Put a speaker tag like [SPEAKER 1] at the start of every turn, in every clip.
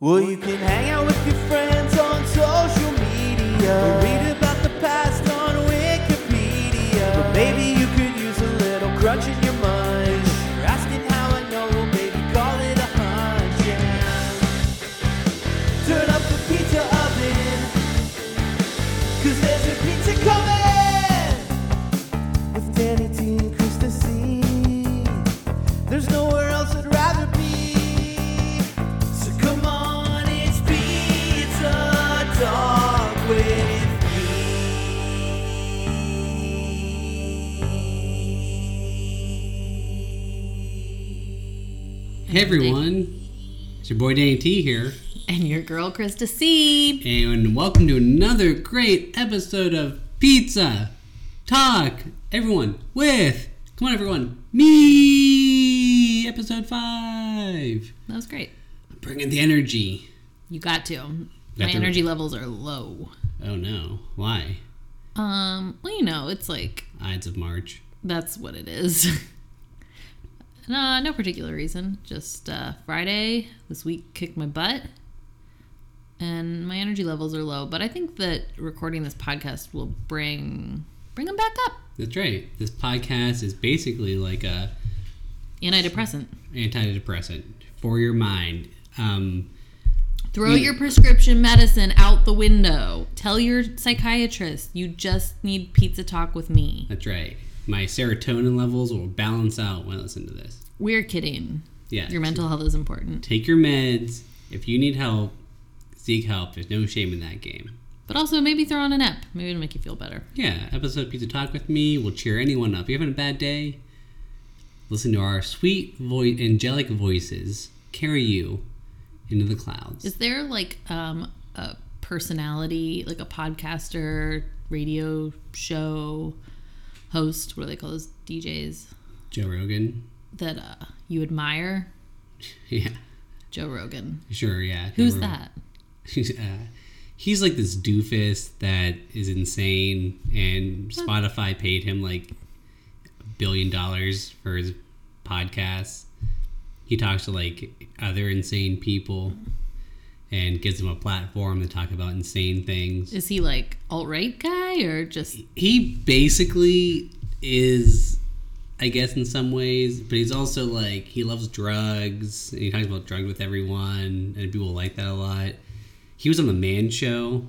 [SPEAKER 1] Well, you can hang out with your friends on social media. Or read about the past on Wikipedia. But maybe you could use a little crunch in your mind. You're asking how I know, well, baby, call it a hunch. Yeah. Turn up the pizza oven. Cause there's a pizza coming! With Danny D and Chris the There's nowhere else I'd rather be. So come on, it's pizza talk with
[SPEAKER 2] Hey everyone, it's your boy Danny T here,
[SPEAKER 3] And your girl, Krista C.
[SPEAKER 2] and welcome to another great episode of Pizza Talk. Everyone with, come on everyone, me, episode five.
[SPEAKER 3] That was great.
[SPEAKER 2] I'm bringing the energy.
[SPEAKER 3] You got to. My
[SPEAKER 2] to-
[SPEAKER 3] energy levels are low.
[SPEAKER 2] Oh no, why?
[SPEAKER 3] Um, well, you know, it's like
[SPEAKER 2] Ides of March.
[SPEAKER 3] that's what it is. uh, no, no particular reason. Just uh, Friday this week kicked my butt, and my energy levels are low. But I think that recording this podcast will bring bring them back up.
[SPEAKER 2] That's right. This podcast is basically like a
[SPEAKER 3] Antidepressant.
[SPEAKER 2] antidepressant for your mind. Um,
[SPEAKER 3] Throw your prescription medicine out the window. Tell your psychiatrist you just need pizza talk with me.
[SPEAKER 2] that's right. My serotonin levels will balance out when I listen to this.
[SPEAKER 3] We're kidding.
[SPEAKER 2] Yeah.
[SPEAKER 3] Your mental health is important.
[SPEAKER 2] take your meds. If you need help, seek help. There's no shame in that game.
[SPEAKER 3] But also maybe throw on an app. Maybe it'll make you feel better.
[SPEAKER 2] Yeah, episode Pizza Talk with me will cheer anyone up. You having a bad day? Listen to our sweet, voice, angelic voices carry you into the clouds.
[SPEAKER 3] Is there like um, a personality, like a podcaster, radio show host, what do they call those DJs
[SPEAKER 2] Joe Rogan.
[SPEAKER 3] that uh, you admire?
[SPEAKER 2] Yeah,
[SPEAKER 3] Joe Rogan.
[SPEAKER 2] sure. Yeah.
[SPEAKER 3] Who's
[SPEAKER 2] Joe Rogan.
[SPEAKER 3] that?
[SPEAKER 2] He's, uh, he's like this doofus that is insane, and Spotify paid him like a billion dollars for his podcast. He talks to like other insane people and gives them a platform to talk about insane things.
[SPEAKER 3] Is he like alt right guy or just
[SPEAKER 2] He basically is, I guess, in some ways, but he's also like he loves drugs and he talks about drugs with everyone, and people like that a lot. He was on the Man Show.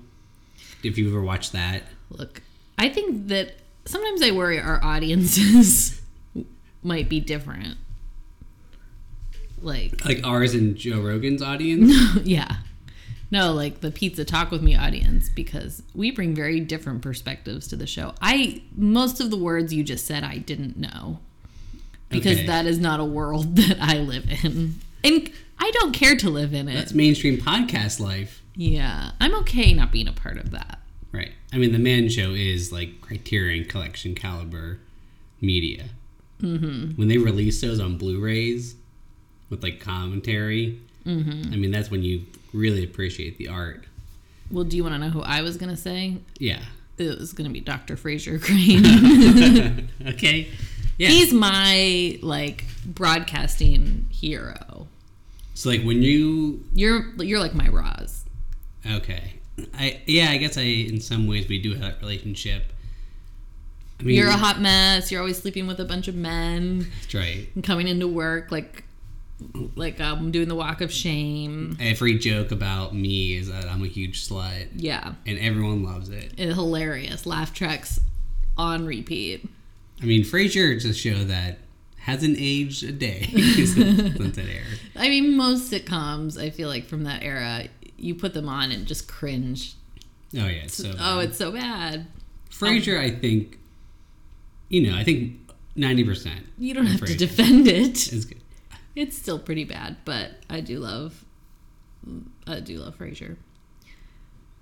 [SPEAKER 2] If you ever watched that,
[SPEAKER 3] look? I think that sometimes I worry our audiences might be different. Like
[SPEAKER 2] like ours and Joe Rogan's audience,
[SPEAKER 3] yeah. No, like the pizza talk with me audience because we bring very different perspectives to the show. I most of the words you just said I didn't know because
[SPEAKER 2] Okay.
[SPEAKER 3] that is not a world that I live in. And I don't care to live in it.
[SPEAKER 2] that's mainstream podcast life,
[SPEAKER 3] yeah. I'm okay not being a part of that.
[SPEAKER 2] right? I mean, the Man Show is like Criterion Collection caliber media. Mm-hmm. When they release those on Blu-rays with like commentary, mm-hmm. I mean, that's when you really appreciate the art.
[SPEAKER 3] Well, do you want to know who I was going to say?
[SPEAKER 2] Yeah.
[SPEAKER 3] It was going to be Dr. Fraser Crane.
[SPEAKER 2] Okay. Yeah.
[SPEAKER 3] He's my like broadcasting hero.
[SPEAKER 2] so like when you
[SPEAKER 3] You're you're like my Roz.
[SPEAKER 2] okay, I yeah, I guess I in some ways we do have that relationship. I mean,
[SPEAKER 3] You're a hot mess. You're always sleeping with a bunch of men.
[SPEAKER 2] that's right.
[SPEAKER 3] and coming into work like like um doing the walk of shame
[SPEAKER 2] Every joke about me is that I'm a huge slut.
[SPEAKER 3] yeah
[SPEAKER 2] and everyone loves it.
[SPEAKER 3] it, hilarious laugh tracks on repeat
[SPEAKER 2] I mean, Frasier is a show that hasn't aged a day since since it aired.
[SPEAKER 3] i mean most sitcoms i feel like from that era you put them on and just cringe
[SPEAKER 2] Oh yeah, it's so
[SPEAKER 3] oh
[SPEAKER 2] bad.
[SPEAKER 3] it's so bad
[SPEAKER 2] Frasier. I think, you know, I think ninety percent
[SPEAKER 3] you don't have to
[SPEAKER 2] Frasier.
[SPEAKER 3] defend it
[SPEAKER 2] is good.
[SPEAKER 3] it's still pretty bad but i do love i do love frasier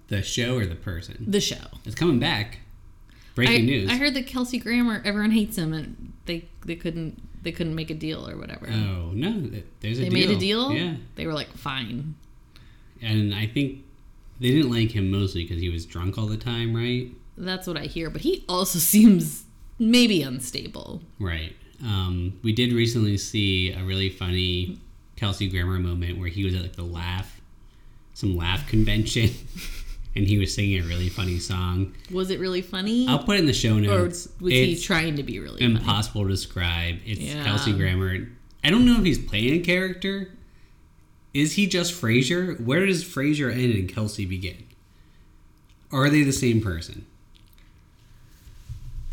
[SPEAKER 2] The show or the person?
[SPEAKER 3] the show
[SPEAKER 2] It's coming back.
[SPEAKER 3] I,
[SPEAKER 2] Breaking news.
[SPEAKER 3] I heard that kelsey grammer everyone hates him and they they couldn't they couldn't make a deal or whatever
[SPEAKER 2] oh no, th- there's a
[SPEAKER 3] They
[SPEAKER 2] deal.
[SPEAKER 3] made a deal.
[SPEAKER 2] Yeah,
[SPEAKER 3] They were like, fine.
[SPEAKER 2] and I think they didn't like him mostly because he was drunk all the time, right?
[SPEAKER 3] That's what I hear. But he also seems maybe unstable.
[SPEAKER 2] Right. Um, we did recently see a really funny Kelsey Grammer moment where he was at like the laugh some laugh convention, and he was singing a really funny song.
[SPEAKER 3] Was it really funny?
[SPEAKER 2] I'll put it in the show
[SPEAKER 3] or
[SPEAKER 2] notes.
[SPEAKER 3] was he
[SPEAKER 2] It's
[SPEAKER 3] trying to be really funny?
[SPEAKER 2] impossible to describe. It's
[SPEAKER 3] Yeah.
[SPEAKER 2] Kelsey Grammer. I don't know if he's playing a character. Is he just Frasier? Where does Frasier end and Kelsey begin? Are they the same person?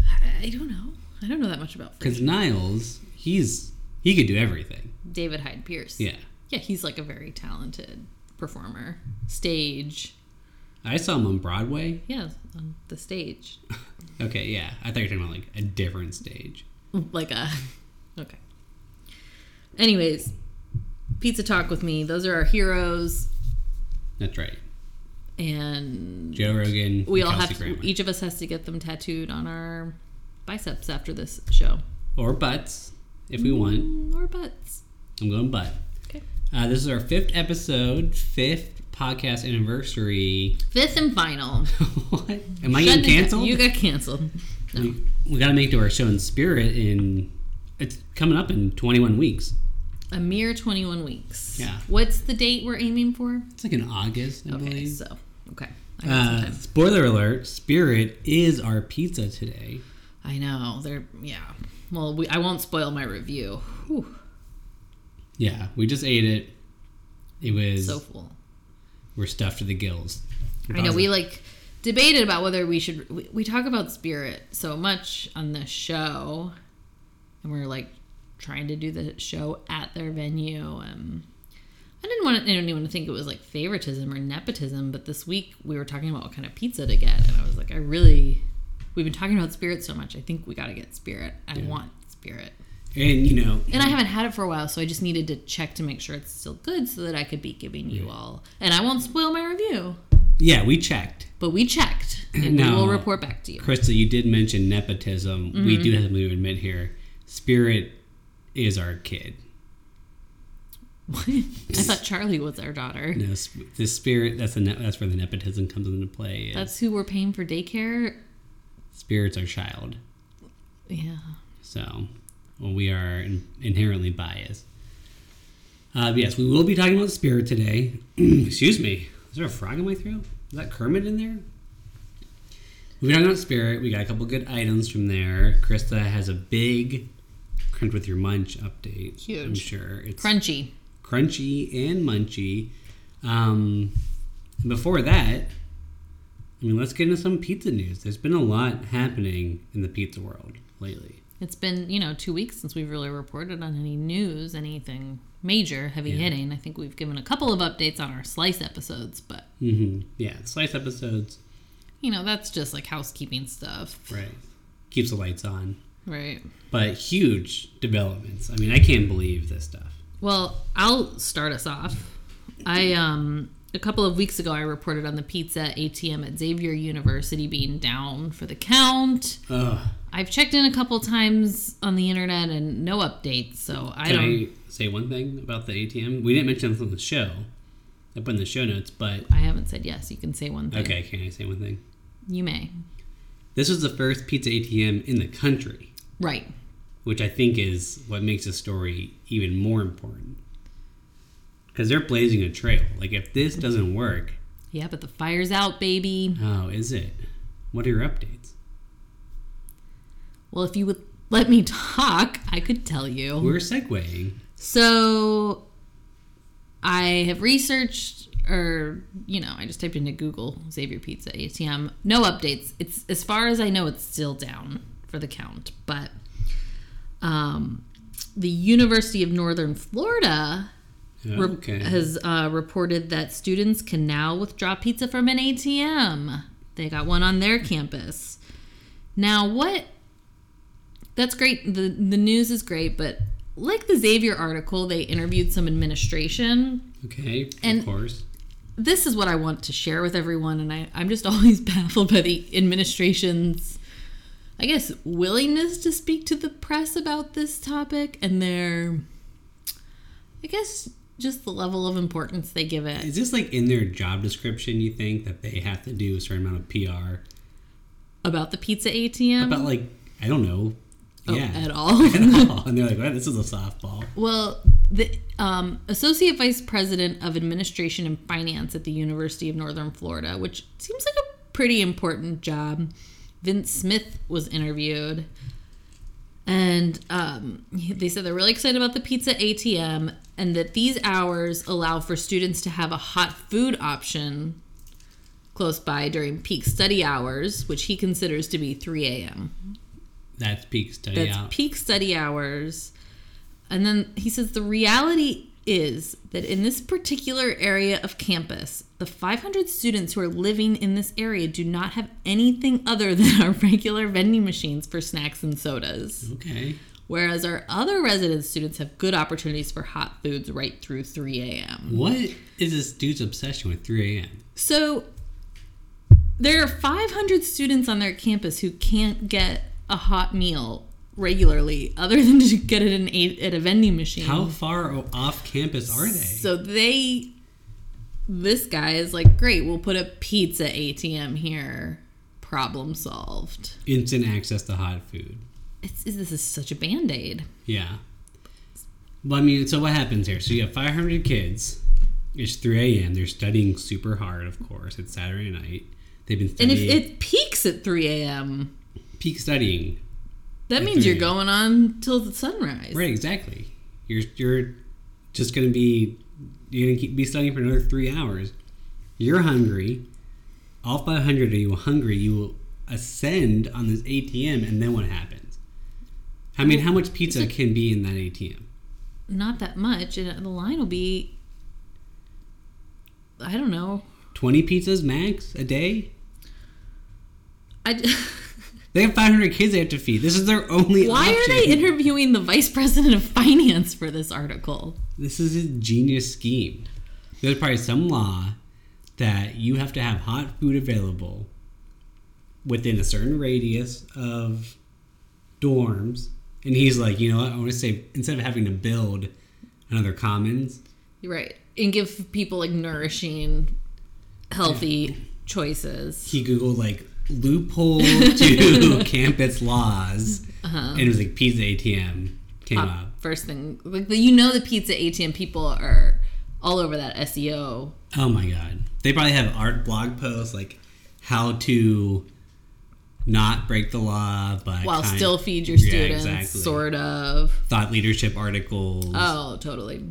[SPEAKER 3] I I don't know. I don't know that much about
[SPEAKER 2] Because Niles, he's he could do everything.
[SPEAKER 3] David Hyde Pierce.
[SPEAKER 2] Yeah,
[SPEAKER 3] Yeah, he's like a very talented performer. Stage.
[SPEAKER 2] I saw him on Broadway.
[SPEAKER 3] Yeah, on the stage.
[SPEAKER 2] Okay, yeah, I thought you were talking about like a different stage.
[SPEAKER 3] like a okay. Anyways, pizza talk with me. Those are our heroes,
[SPEAKER 2] That's right.
[SPEAKER 3] and
[SPEAKER 2] Joe Rogan.
[SPEAKER 3] we
[SPEAKER 2] and
[SPEAKER 3] all have
[SPEAKER 2] Kelsey Grammer.
[SPEAKER 3] each of us has to get them tattooed on our biceps after this show,
[SPEAKER 2] or butts if we want.
[SPEAKER 3] Mm, or butts.
[SPEAKER 2] I'm going butt.
[SPEAKER 3] Okay,
[SPEAKER 2] Uh, this is our fifth episode, fifth podcast anniversary.
[SPEAKER 3] fifth and final.
[SPEAKER 2] what? Am I getting
[SPEAKER 3] Shut it down.
[SPEAKER 2] canceled?
[SPEAKER 3] You got canceled. No.
[SPEAKER 2] we, got to make to our show in spirit. In it's coming up in 21 weeks.
[SPEAKER 3] A mere 21 weeks.
[SPEAKER 2] Yeah.
[SPEAKER 3] What's the date we're aiming for?
[SPEAKER 2] It's like in August, I
[SPEAKER 3] Okay,
[SPEAKER 2] believe.
[SPEAKER 3] so, okay. I got some
[SPEAKER 2] Uh,
[SPEAKER 3] time.
[SPEAKER 2] spoiler alert: Spirit is our pizza today.
[SPEAKER 3] I know. They're, yeah. Well, we, I won't spoil my review. Whew,
[SPEAKER 2] Yeah, we just ate it. It was
[SPEAKER 3] so full.
[SPEAKER 2] we're stuffed to the gills.
[SPEAKER 3] I know we like debated about whether we should. We, we talk about spirit so much on this show, and we're like trying to do the show at their venue. Um, I didn't want anyone to think it was like favoritism or nepotism, but this week we were talking about what kind of pizza to get, and I was like, I really, we've been talking about spirit so much. I think we got to get spirit. I want spirit.
[SPEAKER 2] and you know
[SPEAKER 3] And I haven't had it for a while, so I just needed to check to make sure it's still good so that I could be giving you all. And I won't spoil my review.
[SPEAKER 2] yeah we checked.
[SPEAKER 3] But we checked, and we
[SPEAKER 2] No.
[SPEAKER 3] will report back to you.
[SPEAKER 2] Krista, you did mention nepotism. We
[SPEAKER 3] Mm-hmm.
[SPEAKER 2] do have to admit here, Spirit is our kid.
[SPEAKER 3] I thought Charlie was our daughter.
[SPEAKER 2] You know, sp- the Spirit that's the ne- that's where the nepotism comes into play. is
[SPEAKER 3] That's who we're paying for daycare.
[SPEAKER 2] Spirit's our child,
[SPEAKER 3] Yeah.
[SPEAKER 2] so well, we are in- inherently biased. Uh, but yes, we will be talking about Spirit today. Excuse me, is there a frog in my throat? Is that Kermit in there? We're talking about Spirit. We got a couple good items from there. Krista has a big crunch with your munch update. I'm
[SPEAKER 3] Huge.
[SPEAKER 2] sure it's
[SPEAKER 3] Crunchy.
[SPEAKER 2] crunchy and munchy. Um, before that, I mean, let's get into some pizza news. There's been a lot happening in the pizza world lately.
[SPEAKER 3] It's been, you know, two weeks since we've really reported on any news, anything major, heavy hitting. I think we've given a couple of updates on our slice episodes, but,
[SPEAKER 2] hmm Yeah, slice episodes,
[SPEAKER 3] you know, that's just like housekeeping stuff.
[SPEAKER 2] right? Keeps the lights on,
[SPEAKER 3] Right.
[SPEAKER 2] but huge developments. I mean, I can't believe this stuff.
[SPEAKER 3] Well, I'll start us off. I um a couple of weeks ago I reported on the pizza ATM at Xavier University being down for the count.
[SPEAKER 2] Ugh.
[SPEAKER 3] I've checked in a couple times on the internet and no updates, so I
[SPEAKER 2] Can
[SPEAKER 3] don't
[SPEAKER 2] I say one thing about the ATM? We didn't mention this on the show. I put in the show notes, but
[SPEAKER 3] I haven't said yes. You can say one thing.
[SPEAKER 2] okay, can I say one thing?
[SPEAKER 3] You may.
[SPEAKER 2] This was the first pizza ATM in the country.
[SPEAKER 3] Right.
[SPEAKER 2] which I think is what makes the story even more important. Because they're blazing a trail. Like, if this doesn't work,
[SPEAKER 3] Yeah, but the fire's out, baby.
[SPEAKER 2] how is it? What are your updates?
[SPEAKER 3] Well, if you would let me talk, I could tell you.
[SPEAKER 2] We're segueing.
[SPEAKER 3] So I have researched or you know, I just typed into Google Xavier Pizza ATM. No updates. It's as far as I know it's still down for the count, but um the University of Northern Florida
[SPEAKER 2] Oh,
[SPEAKER 3] re-
[SPEAKER 2] okay.
[SPEAKER 3] has uh, reported that students can now withdraw pizza from an ATM. They got one on their campus. Now, what? That's great. the The news is great, but like the Xavier article, they interviewed some administration
[SPEAKER 2] okay,
[SPEAKER 3] and-
[SPEAKER 2] of course.
[SPEAKER 3] this is what I want to share with everyone, and I, I'm just always baffled by the administration's, I guess, willingness to speak to the press about this topic and their, I guess, just the level of importance they give it.
[SPEAKER 2] Is this like in their job description, you think, that they have to do a certain amount of PR?
[SPEAKER 3] About the pizza ATM?
[SPEAKER 2] About, like, I don't know.
[SPEAKER 3] Um, Oh,
[SPEAKER 2] yeah.
[SPEAKER 3] At all?
[SPEAKER 2] At all. And they're like, well, this is a softball.
[SPEAKER 3] well, the um, associate vice president of administration and finance at the University of Northern Florida, which seems like a pretty important job. Vince Smith was interviewed, and um, he- they said they're really excited about the pizza ATM and that these hours allow for students to have a hot food option close by during peak study hours, which he considers to be 3 a.m.
[SPEAKER 2] That's peak study
[SPEAKER 3] That's
[SPEAKER 2] out.
[SPEAKER 3] peak study hours. And then he says the reality is that in this particular area of campus, the 500 students who are living in this area do not have anything other than our regular vending machines for snacks and sodas.
[SPEAKER 2] okay.
[SPEAKER 3] Whereas our other resident students have good opportunities for hot foods right through 3 a.m.
[SPEAKER 2] What is this dude's obsession with 3 a.m.?
[SPEAKER 3] So there are 500 students on their campus who can't get a hot meal regularly, other than to get it in a, at a vending machine.
[SPEAKER 2] How far o- off campus are they?
[SPEAKER 3] Mm. So they, this guy is like, great, we'll put a pizza ATM here. Problem solved.
[SPEAKER 2] Instant access to hot food.
[SPEAKER 3] It's, this is such a band aid.
[SPEAKER 2] Yeah. Well, I mean, so what happens here? So you have 500 kids. It's 3 a.m. They're studying super hard, of course. It's Saturday night. They've been
[SPEAKER 3] And
[SPEAKER 2] studying.
[SPEAKER 3] if it peaks at 3 a.m.,
[SPEAKER 2] peak studying.
[SPEAKER 3] that
[SPEAKER 2] At
[SPEAKER 3] means you're
[SPEAKER 2] 3
[SPEAKER 3] going on till the sunrise.
[SPEAKER 2] Right, exactly. You're you're just gonna be you're gonna keep, be studying for another three hours. You're hungry. Off by hundred, are you hungry? You will ascend on this ATM, and then what happens? I mean, how much pizza can be in that ATM?
[SPEAKER 3] Not that much. And the line will be, I don't know,
[SPEAKER 2] Twenty pizzas max a day.
[SPEAKER 3] I,
[SPEAKER 2] They have 500 kids they have to feed. This is their only.
[SPEAKER 3] why are
[SPEAKER 2] option.
[SPEAKER 3] they interviewing the vice president of finance for this article?
[SPEAKER 2] This is his genius scheme. There's probably some law that you have to have hot food available within a certain radius of dorms. And he's like, you know what? I want to say instead of having to build another commons,
[SPEAKER 3] Right. And give people like nourishing, healthy choices.
[SPEAKER 2] he Googled like loophole to campus laws. And it was like pizza ATM came up.
[SPEAKER 3] First thing, like the, you know, the pizza ATM people are all over that E SEO.
[SPEAKER 2] Oh my god. They probably have art blog posts like how to not break the law but
[SPEAKER 3] While
[SPEAKER 2] kind-
[SPEAKER 3] still feed your
[SPEAKER 2] Yeah,
[SPEAKER 3] students,
[SPEAKER 2] exactly.
[SPEAKER 3] sort of.
[SPEAKER 2] thought leadership articles.
[SPEAKER 3] Oh, totally.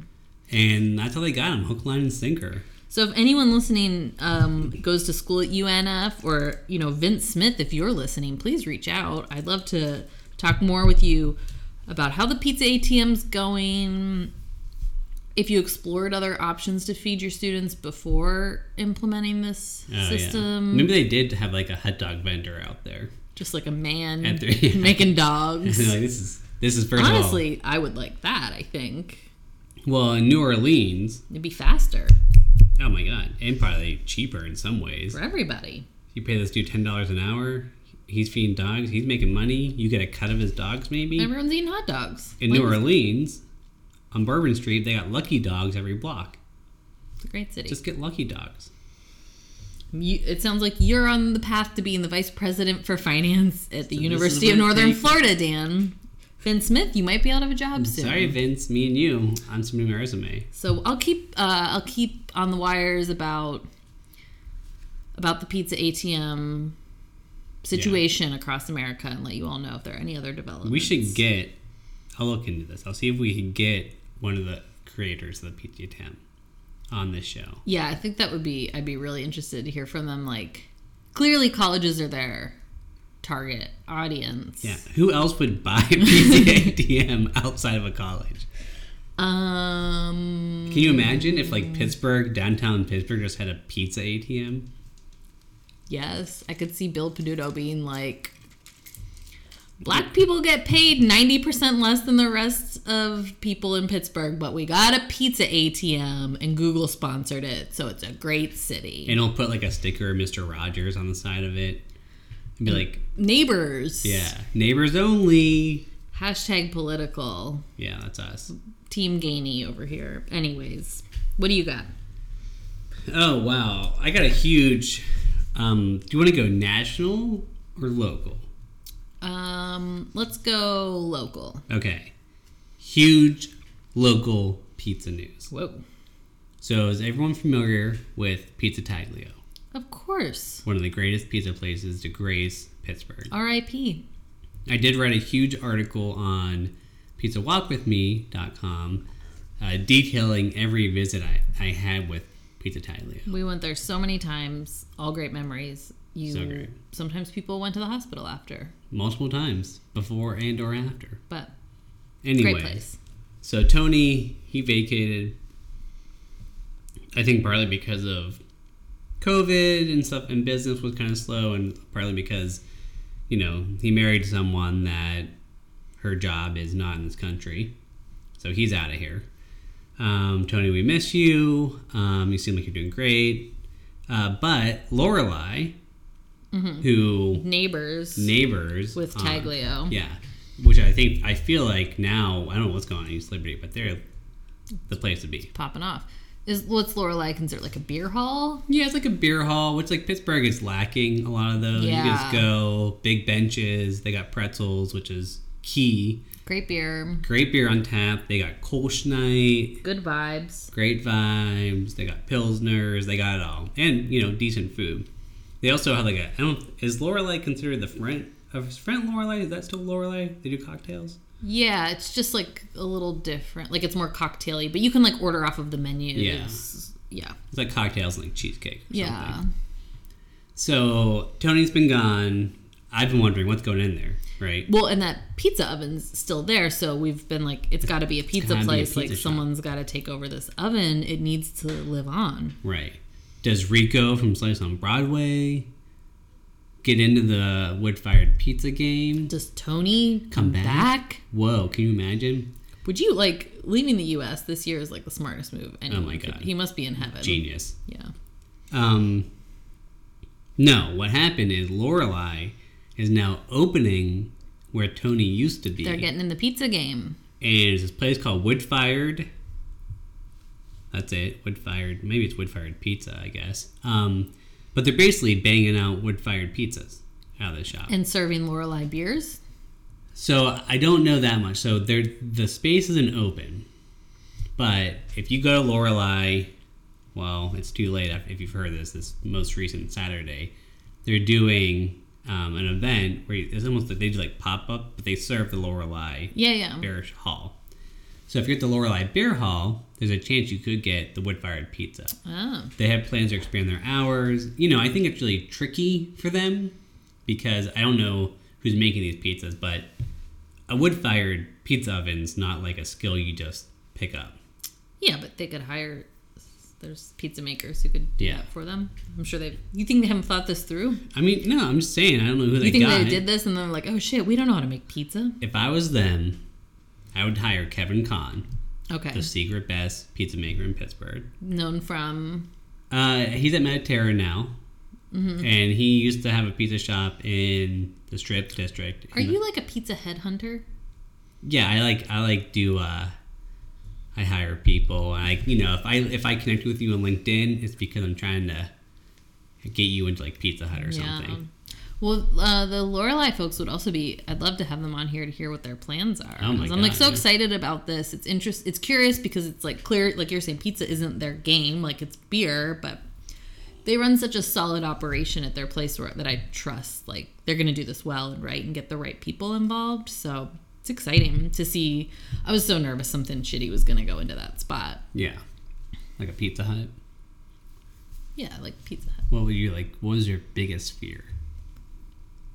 [SPEAKER 2] And that's how they got him, hook, line, and sinker.
[SPEAKER 3] So if anyone listening um, goes to school at UNF or you know Vince Smith, if you're listening, please reach out. I'd love to talk more with you about how the pizza ATM's going. If you explored other options to feed your students before implementing this
[SPEAKER 2] Oh, yeah.
[SPEAKER 3] system,
[SPEAKER 2] Maybe they did have like a hot dog vendor out there.
[SPEAKER 3] just like a man
[SPEAKER 2] At the-
[SPEAKER 3] making
[SPEAKER 2] And
[SPEAKER 3] dogs.
[SPEAKER 2] they're like oh. this is this is first
[SPEAKER 3] Honestly, I would like that. I think
[SPEAKER 2] of all. Well, in New Orleans,
[SPEAKER 3] it'd be faster
[SPEAKER 2] oh my god, and probably cheaper in some ways.
[SPEAKER 3] for everybody.
[SPEAKER 2] You pay this dude ten dollars an hour. He's feeding dogs. He's making money. You get a cut of his dogs, maybe.
[SPEAKER 3] Everyone's eating hot dogs.
[SPEAKER 2] In New Orleans, on Bourbon Street, they got Lucky Dogs every block.
[SPEAKER 3] It's a great city.
[SPEAKER 2] Just get Lucky Dogs.
[SPEAKER 3] You, it sounds like you're on the path to being the vice president for finance at
[SPEAKER 2] So
[SPEAKER 3] the
[SPEAKER 2] this
[SPEAKER 3] University
[SPEAKER 2] is
[SPEAKER 3] of
[SPEAKER 2] what it
[SPEAKER 3] Northern
[SPEAKER 2] takes.
[SPEAKER 3] Florida, Dan. Finn Smith, you might be out of a job soon.
[SPEAKER 2] Sorry, Vince, me and you on some new resume.
[SPEAKER 3] So I'll keep uh, I'll keep on the wires about about the pizza ATM situation across America and let you all know if there are any other developments.
[SPEAKER 2] We should get. I'll look into this. I'll see if we can get one of the creators of the PT Tam on this show.
[SPEAKER 3] Yeah, I think that would be I'd be really interested to hear from them like clearly colleges are their target audience.
[SPEAKER 2] Yeah. Who else would buy PTATM outside of a college?
[SPEAKER 3] Um
[SPEAKER 2] Can you imagine if like Pittsburgh, downtown Pittsburgh, just had a pizza ATM?
[SPEAKER 3] Yes, I could see Bill Peduto being like, "Black people get paid ninety percent less than the rest of people in Pittsburgh, but we got a pizza ATM and Google sponsored it, so it's a great city."
[SPEAKER 2] And it'll put like a sticker of Mr. Rogers on the side of it. And be like,
[SPEAKER 3] Neighbors,
[SPEAKER 2] yeah, neighbors only.
[SPEAKER 3] Hashtag political
[SPEAKER 2] Yeah, that's us.
[SPEAKER 3] team Gainey over here. Anyways, what do you got?
[SPEAKER 2] Oh wow, I got a huge. Um, do you want to go national or local?
[SPEAKER 3] Um, let's go local.
[SPEAKER 2] Okay, huge local pizza news.
[SPEAKER 3] Whoa.
[SPEAKER 2] So, is everyone familiar with Pizza Taglio,
[SPEAKER 3] Of course.
[SPEAKER 2] one of the greatest pizza places to grace Pittsburgh?
[SPEAKER 3] R.I.P.
[SPEAKER 2] I did write a huge article on pizzawalkwithme.com uh, detailing every visit I, I had with Pizza Taglio.
[SPEAKER 3] We went there so many times. All great memories. You
[SPEAKER 2] So great.
[SPEAKER 3] sometimes people went to the hospital after,
[SPEAKER 2] multiple times before and or after.
[SPEAKER 3] but
[SPEAKER 2] Anyway,
[SPEAKER 3] great place.
[SPEAKER 2] so Tony he vacated. I think partly because of COVID and stuff, and business was kind of slow, and partly because you know he married someone that her job is not in this country, so he's out of here. Um, Tony, we miss you. Um, you seem like you're doing great, uh, but Lorelai, who
[SPEAKER 3] Neighbors
[SPEAKER 2] neighbors
[SPEAKER 3] Mm-hmm. with
[SPEAKER 2] on-
[SPEAKER 3] Taglio.
[SPEAKER 2] uh, yeah, which I think I feel like now I don't know what's going on in East Liberty, but they're the place to be.
[SPEAKER 3] popping off. Is what's Lorelai considered like a beer hall?
[SPEAKER 2] Yeah, it's like a beer hall, which like Pittsburgh is lacking a lot of those. You just
[SPEAKER 3] Yeah.
[SPEAKER 2] go big benches. They got pretzels, which is key.
[SPEAKER 3] Great beer,
[SPEAKER 2] Great beer on tap. They got Kolsch night.
[SPEAKER 3] good vibes.
[SPEAKER 2] Great vibes. They got pilsners. They got it all, and you know decent food. They also have like a. I don't. Is Lorelei considered the friend of friend Lorelei? Is that still Lorelei? They do cocktails.
[SPEAKER 3] Yeah, it's just like a little different. Like it's more cocktaily, but you can like order off of the menu. Yeah.
[SPEAKER 2] It's like cocktails and like cheesecake. Or
[SPEAKER 3] Yeah.
[SPEAKER 2] Something. So Tony's been gone. I've been wondering what's going in there, right?
[SPEAKER 3] Well, and that pizza oven's still there, so we've been like, it's got to be a pizza
[SPEAKER 2] gotta be a
[SPEAKER 3] place.
[SPEAKER 2] pizza
[SPEAKER 3] like
[SPEAKER 2] shop.
[SPEAKER 3] someone's got to take over this oven. It needs to live on.
[SPEAKER 2] Right. Does Rico from Slice on Broadway get into the wood fired pizza game?
[SPEAKER 3] Does Tony
[SPEAKER 2] Come
[SPEAKER 3] come
[SPEAKER 2] back?
[SPEAKER 3] back?
[SPEAKER 2] Whoa, can you imagine?
[SPEAKER 3] Would you like leaving the U.S. this year is like the smartest move? Anyone
[SPEAKER 2] Oh my
[SPEAKER 3] could-
[SPEAKER 2] God.
[SPEAKER 3] he must be in heaven.
[SPEAKER 2] Genius.
[SPEAKER 3] Yeah.
[SPEAKER 2] Um, no, what happened is Lorelei is now opening where Tony used to be.
[SPEAKER 3] They're getting in the pizza game.
[SPEAKER 2] and it's this place called Wood Fired. That's it, Wood Fired. Maybe it's Wood Fired Pizza, I guess. Um, but they're basically banging out wood fired pizzas out of the shop.
[SPEAKER 3] and serving Lorelei beers.
[SPEAKER 2] so I don't know that much. So they're, the space isn't open, but if you go to Lorelei, well, it's too late if if you've heard this. This most recent Saturday, they're doing um, an event where it's almost like they do like pop up, but they serve the Lorelei
[SPEAKER 3] Yeah, yeah.
[SPEAKER 2] Beer Hall. So if you're at the Lorelei Beer Hall, there's a chance you could get the wood fired pizza.
[SPEAKER 3] Oh,
[SPEAKER 2] They have plans to expand their hours. You know, I think it's really tricky for them because I don't know who's making these pizzas, but a wood fired pizza oven's not like a skill you just pick up.
[SPEAKER 3] yeah, but they could hire. There's pizza makers who could do
[SPEAKER 2] Yeah.
[SPEAKER 3] that for them. I'm sure they. You think they haven't thought this through?
[SPEAKER 2] I mean, no, I'm just saying, I don't know who they
[SPEAKER 3] you think
[SPEAKER 2] got.
[SPEAKER 3] they did this and they're like, oh shit, we don't know how to make pizza.
[SPEAKER 2] If I was them, I would hire Kevin Kahn,
[SPEAKER 3] Okay,
[SPEAKER 2] the secret best pizza maker in Pittsburgh.
[SPEAKER 3] known from
[SPEAKER 2] Uh, he's at Mediterra now,
[SPEAKER 3] Mm-hmm.
[SPEAKER 2] and he used to have a pizza shop in the Strip District.
[SPEAKER 3] Are you like a pizza headhunter?
[SPEAKER 2] Yeah, I like I like do. Uh, I hire people. I you know if I if I connect with you on LinkedIn, it's because I'm trying to get you into like Pizza Hut or something.
[SPEAKER 3] Well, uh, the Lorelei folks would also be. I'd love to have them on here to hear what their plans are.
[SPEAKER 2] Oh my
[SPEAKER 3] 'Cause I'm like
[SPEAKER 2] God,
[SPEAKER 3] so
[SPEAKER 2] yeah.
[SPEAKER 3] excited about this. It's interest. It's curious because it's like clear, like you're saying, pizza isn't their game. Like it's beer, but they run such a solid operation at their place where, that I trust. Like they're going to do this well and right and get the right people involved. So it's exciting to see. I was so nervous something shitty was going to go into that spot.
[SPEAKER 2] Yeah, like a Pizza Hut.
[SPEAKER 3] Yeah, like Pizza Hut.
[SPEAKER 2] What would you like? What was your biggest fear?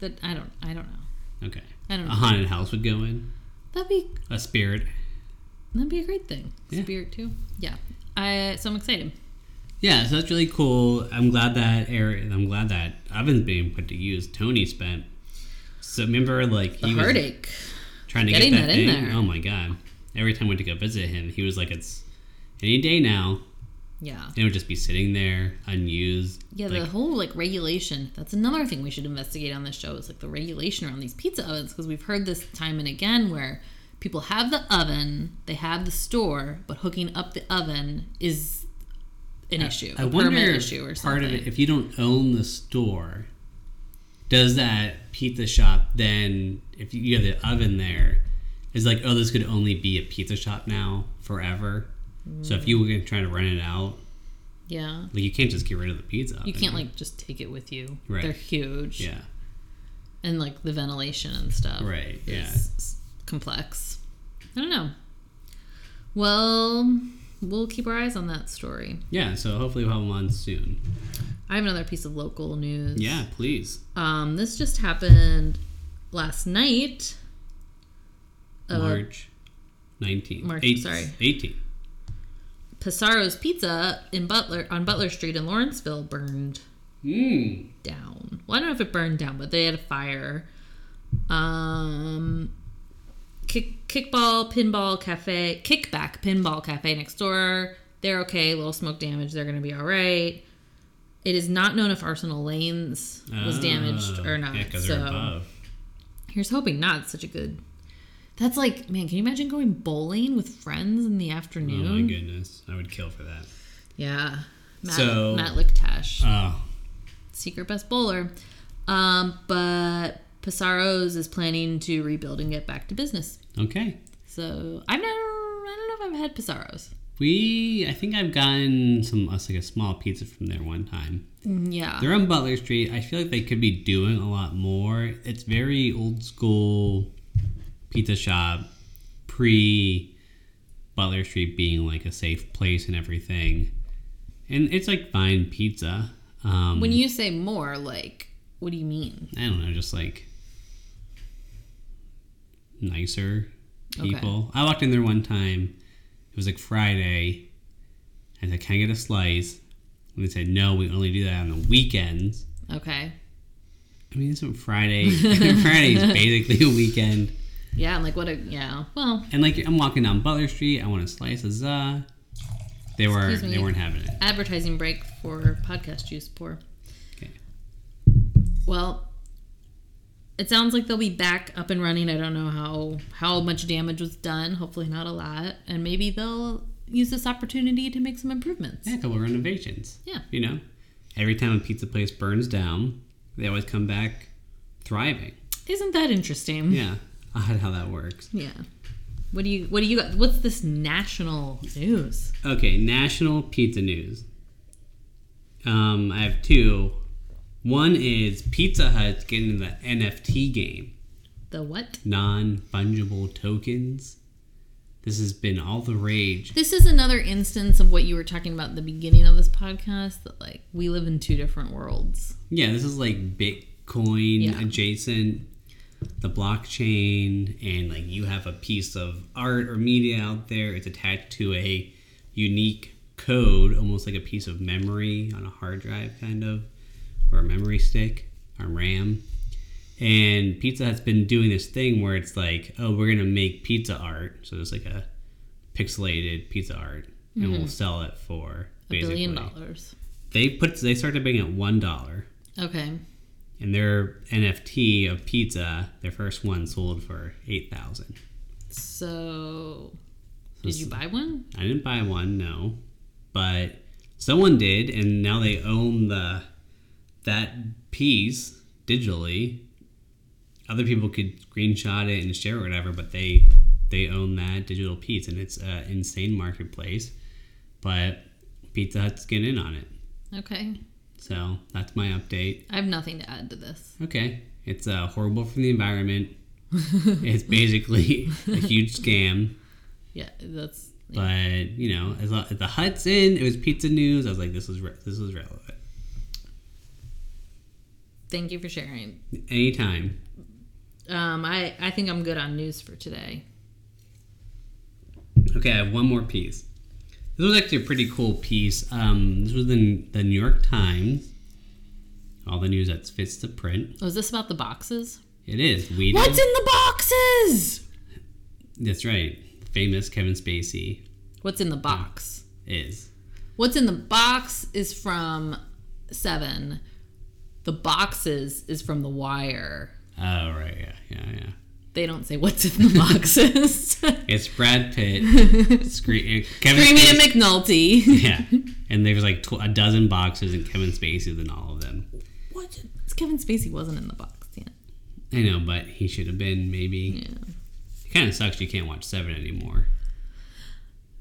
[SPEAKER 3] That I don't. I don't know.
[SPEAKER 2] Okay,
[SPEAKER 3] I don't
[SPEAKER 2] a
[SPEAKER 3] know.
[SPEAKER 2] haunted house would go in.
[SPEAKER 3] That'd be
[SPEAKER 2] A spirit.
[SPEAKER 3] That'd be a great thing.
[SPEAKER 2] Yeah.
[SPEAKER 3] Spirit too. Yeah. I so I'm excited.
[SPEAKER 2] Yeah, so that's really cool. I'm glad that Eric, I'm glad that oven's being put to use. Tony spent. So remember, like
[SPEAKER 3] The
[SPEAKER 2] he was
[SPEAKER 3] heartache.
[SPEAKER 2] trying to
[SPEAKER 3] Getting
[SPEAKER 2] get that,
[SPEAKER 3] that
[SPEAKER 2] thing.
[SPEAKER 3] in there.
[SPEAKER 2] Oh my god! Every time I went to go visit him, he was like, "It's any day now."
[SPEAKER 3] Yeah.
[SPEAKER 2] And it would just be sitting there unused.
[SPEAKER 3] Yeah,
[SPEAKER 2] like,
[SPEAKER 3] the whole like regulation. That's another thing we should investigate on this show is like the regulation around these pizza ovens because we've heard this time and again where people have the oven, they have the store, but hooking up the oven is an issue,
[SPEAKER 2] I
[SPEAKER 3] a
[SPEAKER 2] wonder
[SPEAKER 3] permit
[SPEAKER 2] if
[SPEAKER 3] issue or something.
[SPEAKER 2] part of it if you don't own the store, does that pizza shop then if you- you have the oven there is like oh this could only be a pizza shop now forever So if you were gonna try to run it out,
[SPEAKER 3] Yeah.
[SPEAKER 2] like you can't just get rid of the pizza.
[SPEAKER 3] You
[SPEAKER 2] oven,
[SPEAKER 3] can't
[SPEAKER 2] right?
[SPEAKER 3] like just take it with you.
[SPEAKER 2] Mhm. Right.
[SPEAKER 3] They're huge.
[SPEAKER 2] Yeah.
[SPEAKER 3] And like the ventilation and stuff.
[SPEAKER 2] Right. Yeah.
[SPEAKER 3] is s- complex. I don't know. Well, we'll keep our eyes on that story.
[SPEAKER 2] Yeah. So hopefully we'll have them on soon.
[SPEAKER 3] I have another piece of local news.
[SPEAKER 2] Yeah. Please.
[SPEAKER 3] Um, this just happened last night. Uh,
[SPEAKER 2] March nineteenth.
[SPEAKER 3] March, sorry.
[SPEAKER 2] Eighteen.
[SPEAKER 3] Pissaro's Pizza in Butler on Butler Street in Lawrenceville burned
[SPEAKER 2] Mm.
[SPEAKER 3] down. Well, I don't know if it burned down, but they had a fire. Um, kick, kickball, pinball cafe, kickback pinball cafe next door. They're okay. Little smoke damage. They're gonna be all right. It is not known if Arsenal Lanes was damaged
[SPEAKER 2] Oh,
[SPEAKER 3] or not.
[SPEAKER 2] Yeah, because
[SPEAKER 3] so
[SPEAKER 2] they're above.
[SPEAKER 3] here's hoping not. It's such a good. That's like, man, can you imagine going bowling with friends in the
[SPEAKER 2] Oh
[SPEAKER 3] afternoon?
[SPEAKER 2] my goodness, I would kill for that.
[SPEAKER 3] Yeah. Matt,
[SPEAKER 2] So-
[SPEAKER 3] Matt Lichtash.
[SPEAKER 2] Oh,
[SPEAKER 3] secret best bowler. Um, but Pizarro's is planning to rebuild and get back to business.
[SPEAKER 2] okay.
[SPEAKER 3] So I've never, I don't know if I've had Pizarro's.
[SPEAKER 2] We, I think I've gotten some uh, like a small pizza from there one time.
[SPEAKER 3] Yeah.
[SPEAKER 2] They're on Butler Street. I feel like they could be doing a lot more. It's very old school pizza shop, pre Butler Street being like a safe place and everything. And it's like fine pizza. Um,
[SPEAKER 3] When you say more, like, what do you mean?
[SPEAKER 2] I don't know, just like nicer
[SPEAKER 3] Okay.
[SPEAKER 2] people. I walked in there one time. It was like Friday. I said, "Can I get a slice?" And they said, "No, we only do that on the weekends."
[SPEAKER 3] Okay.
[SPEAKER 2] I mean, isn't Friday? Friday is basically a weekend.
[SPEAKER 3] Yeah, I'm like, what a, yeah. Well,
[SPEAKER 2] And like, I'm walking down Butler Street. I want a slice of za. They were
[SPEAKER 3] Excuse me.
[SPEAKER 2] they weren't having it.
[SPEAKER 3] advertising break for podcast juice pour.
[SPEAKER 2] Okay.
[SPEAKER 3] Well, it sounds like they'll be back up and running. I don't know how how much damage was done. Hopefully not a lot, and maybe they'll use this opportunity to make some improvements.
[SPEAKER 2] Yeah, a couple of renovations.
[SPEAKER 3] Yeah.
[SPEAKER 2] You know, every time a pizza place burns down, they always come back thriving.
[SPEAKER 3] Isn't that interesting?
[SPEAKER 2] Yeah, odd how that works.
[SPEAKER 3] Yeah. What do you What do you got? What's this national news?
[SPEAKER 2] Okay, national pizza news. Um, I have two. One is Pizza Hut's getting into the NFT game,
[SPEAKER 3] The what?
[SPEAKER 2] non fungible tokens. This has been all the rage.
[SPEAKER 3] This is another instance of what you were talking about at the beginning of this podcast. That like we live in two different worlds.
[SPEAKER 2] Yeah, this is like Bitcoin
[SPEAKER 3] Yeah.
[SPEAKER 2] adjacent, the blockchain, and like you have a piece of art or media out there. It's attached to a unique code, almost like a piece of memory on a hard drive, kind of, or a memory stick, or RAM. And Pizza Hut's been doing this thing where it's like, oh, we're gonna make pizza art. So there's like a pixelated pizza art, and we'll sell it for
[SPEAKER 3] Mm-hmm. A
[SPEAKER 2] basically.
[SPEAKER 3] billion dollars.
[SPEAKER 2] They put they started bidding at one dollar
[SPEAKER 3] Okay.
[SPEAKER 2] and their NFT of pizza, their first one sold for eight thousand.
[SPEAKER 3] So, did you buy one?
[SPEAKER 2] I didn't buy one, no, but someone did, and now they own the that piece digitally. Other people could screenshot it and share it, or whatever, but they they own that digital piece, and it's an insane marketplace. But Pizza Hut's getting in on it,
[SPEAKER 3] Okay.
[SPEAKER 2] so that's my update.
[SPEAKER 3] I have nothing to add to this.
[SPEAKER 2] Okay. It's uh, horrible for the environment. it's basically a huge scam.
[SPEAKER 3] Yeah, that's
[SPEAKER 2] But you know, as, lo- as the hut's in, it was pizza news. I was like, this was re- this was relevant.
[SPEAKER 3] thank you for sharing.
[SPEAKER 2] Anytime.
[SPEAKER 3] Um, I I think I'm good on news for today.
[SPEAKER 2] Okay, I have one more piece. This was actually a pretty cool piece. Um, this was in the New York Times. All the news that fits the print.
[SPEAKER 3] Was Oh, this about the boxes?
[SPEAKER 2] It is. We did-
[SPEAKER 3] What's in the boxes?
[SPEAKER 2] That's right. Famous Kevin Spacey
[SPEAKER 3] What's in the box?
[SPEAKER 2] is.
[SPEAKER 3] What's in the box is from Seven. The boxes is from The Wire.
[SPEAKER 2] Oh right, yeah, yeah, yeah.
[SPEAKER 3] They don't say what's in the boxes.
[SPEAKER 2] It's Brad Pitt. Scre- Kevin
[SPEAKER 3] Screaming
[SPEAKER 2] Spacey-
[SPEAKER 3] at McNulty.
[SPEAKER 2] yeah. And there was like tw- a dozen boxes and Kevin Spacey's in all of them.
[SPEAKER 3] What? Kevin Spacey wasn't in the box yet.
[SPEAKER 2] I know, but he should have been maybe.
[SPEAKER 3] Yeah.
[SPEAKER 2] It kind of sucks you can't watch Seven anymore.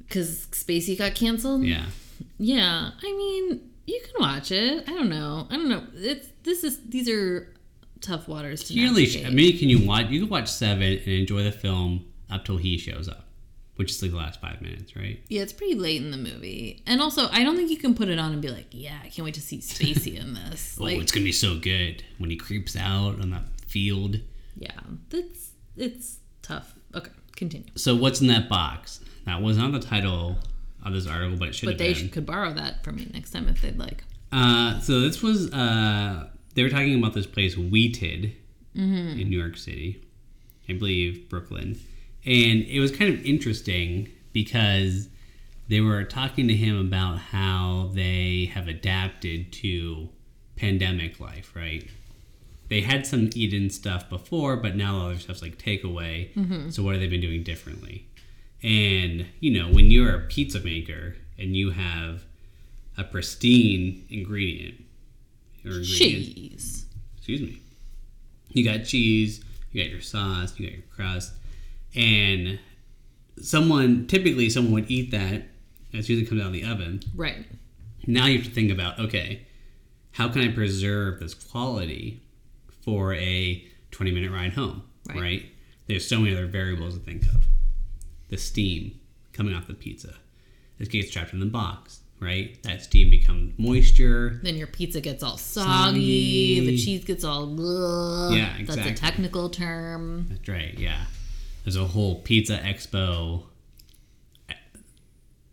[SPEAKER 3] because Spacey got canceled.
[SPEAKER 2] Yeah.
[SPEAKER 3] Yeah, I mean, you can watch it. I don't know. I don't know. It's this is these are tough waters to
[SPEAKER 2] You really,
[SPEAKER 3] navigate.
[SPEAKER 2] sh- I mean, can you watch? You can watch Seven and enjoy the film up till he shows up, which is like the last five minutes, right?
[SPEAKER 3] yeah, it's pretty late in the movie, and also I don't think you can put it on and be like, "Yeah, I can't wait to see Spacey in this."
[SPEAKER 2] oh,
[SPEAKER 3] Like,
[SPEAKER 2] it's gonna be so good when he creeps out on that field.
[SPEAKER 3] yeah, that's it's tough. Okay, continue.
[SPEAKER 2] So what's in that box? That was not the title of this article, but it should
[SPEAKER 3] But
[SPEAKER 2] have
[SPEAKER 3] they
[SPEAKER 2] been.
[SPEAKER 3] should, could borrow that from me next time if they'd like.
[SPEAKER 2] Uh, so this was uh, they were talking about this place Wheated in New York City, I believe Brooklyn, and it was kind of interesting because they were talking to him about how they have adapted to pandemic life, right? They had some eat-in stuff before, but now all their stuff's like takeaway. So what have they been doing differently? And you know, when you're a pizza maker and you have a pristine ingredient. Or ingredient.
[SPEAKER 3] Cheese.
[SPEAKER 2] Excuse me. You got cheese, you got your sauce, you got your crust, and someone typically someone would eat that as soon as it comes out of the oven.
[SPEAKER 3] Right.
[SPEAKER 2] Now you have to think about okay, how can I preserve this quality for a 20 minute ride home,
[SPEAKER 3] Right.
[SPEAKER 2] right? There's so many other variables to think of. The steam coming off the pizza. This gets trapped in the box, right? That steam becomes moisture.
[SPEAKER 3] Then your pizza gets all soggy.
[SPEAKER 2] Soggy.
[SPEAKER 3] The cheese gets all. Ugh.
[SPEAKER 2] Yeah,
[SPEAKER 3] That's a
[SPEAKER 2] exactly.
[SPEAKER 3] technical term.
[SPEAKER 2] That's right. Yeah, there's a whole pizza expo eh,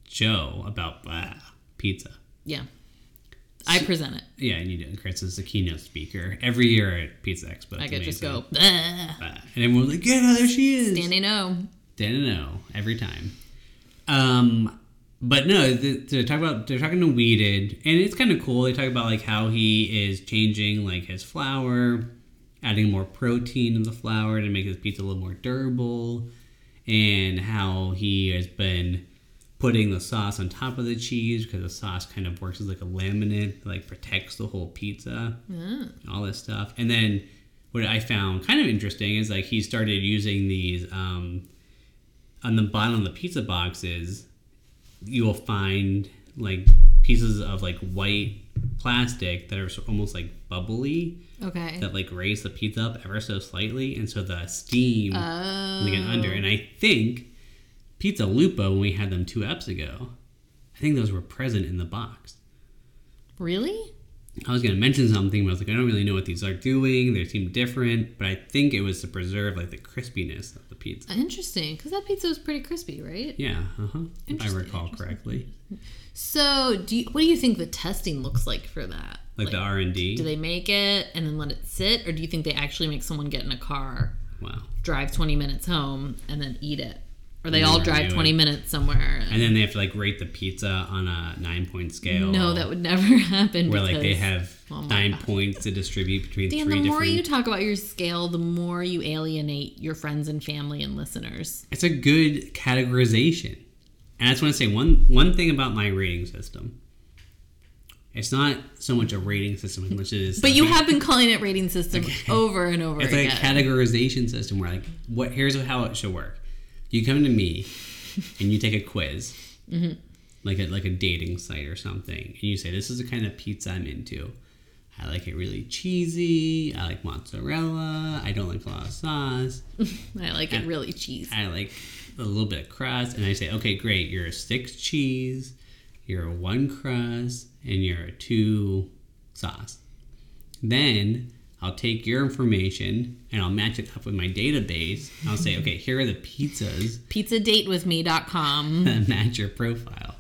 [SPEAKER 2] show about uh, pizza.
[SPEAKER 3] Yeah. I present it.
[SPEAKER 2] Yeah, and you did. Chris is the keynote speaker every year at Pizza Expo. It's
[SPEAKER 3] I could just go
[SPEAKER 2] amazing.
[SPEAKER 3] "Bleh."
[SPEAKER 2] Uh, and everyone's like, "Yeah, there she is."
[SPEAKER 3] standing O.
[SPEAKER 2] Didn't know every time. Um, but no, th to talk about they're talking to Weeded, and it's kind of cool. They talk about like how he is changing like his flour, adding more protein in the flour to make his pizza a little more durable, and how he has been putting the sauce on top of the cheese because the sauce kind of works as like a laminate, that, like protects the whole pizza all this stuff. And then what I found kind of interesting is like he started using these um, on the bottom of the pizza boxes. You will find like pieces of like white plastic that are so- almost like bubbly
[SPEAKER 3] Okay.
[SPEAKER 2] that like raise the pizza up ever so slightly, and so the steam
[SPEAKER 3] Oh.
[SPEAKER 2] is like, an under. And I think Pizza Lupo when we had them two eps ago, I think those were present in the box.
[SPEAKER 3] Really?
[SPEAKER 2] I was gonna mention something, but I was like, I don't really know what these are doing. They seem different, but I think it was to preserve like the crispiness of the pizza.
[SPEAKER 3] Interesting, because that pizza was pretty crispy, right?
[SPEAKER 2] Yeah, uh-huh. If I
[SPEAKER 3] Interesting,
[SPEAKER 2] recall
[SPEAKER 3] interesting.
[SPEAKER 2] correctly,
[SPEAKER 3] So, do you, what do you think the testing looks like for that?
[SPEAKER 2] like, the R and
[SPEAKER 3] do
[SPEAKER 2] D.
[SPEAKER 3] they make it and then let it sit, or do you think they actually make someone get in a car,
[SPEAKER 2] Wow.
[SPEAKER 3] drive twenty minutes home, and then eat it, or they
[SPEAKER 2] And
[SPEAKER 3] all
[SPEAKER 2] then
[SPEAKER 3] drive
[SPEAKER 2] review
[SPEAKER 3] twenty
[SPEAKER 2] it.
[SPEAKER 3] minutes somewhere?
[SPEAKER 2] And then they have to like rate the pizza on a nine point scale.
[SPEAKER 3] no, that would never happen.
[SPEAKER 2] where like they
[SPEAKER 3] because-
[SPEAKER 2] have
[SPEAKER 3] Oh my
[SPEAKER 2] nine
[SPEAKER 3] God.
[SPEAKER 2] points to distribute between
[SPEAKER 3] Dan, the
[SPEAKER 2] three
[SPEAKER 3] more
[SPEAKER 2] different.
[SPEAKER 3] you talk about your scale, the more you alienate your friends and family and listeners.
[SPEAKER 2] it's a good categorization. And I just want to say one one thing about my rating system. It's not so much a rating system as much as it is
[SPEAKER 3] But you
[SPEAKER 2] something-
[SPEAKER 3] have been calling it rating system over and over
[SPEAKER 2] It's
[SPEAKER 3] again.
[SPEAKER 2] like a categorization system where like what here's how it should work. You come to me and you take a quiz,
[SPEAKER 3] Mm-hmm.
[SPEAKER 2] like a like a dating site or something, and you say this is the kind of pizza I'm into. I like it really cheesy. I like mozzarella. I don't like a lot of sauce.
[SPEAKER 3] I like it really cheese.
[SPEAKER 2] I like a little bit of crust, and I say, okay, great. You're a six cheese, you're a one crust, and you're a two sauce. Then I'll take your information and I'll match it up with my database. and I'll say, okay, here are the pizzas
[SPEAKER 3] PizzaDateWithMe.com.
[SPEAKER 2] that match your profile.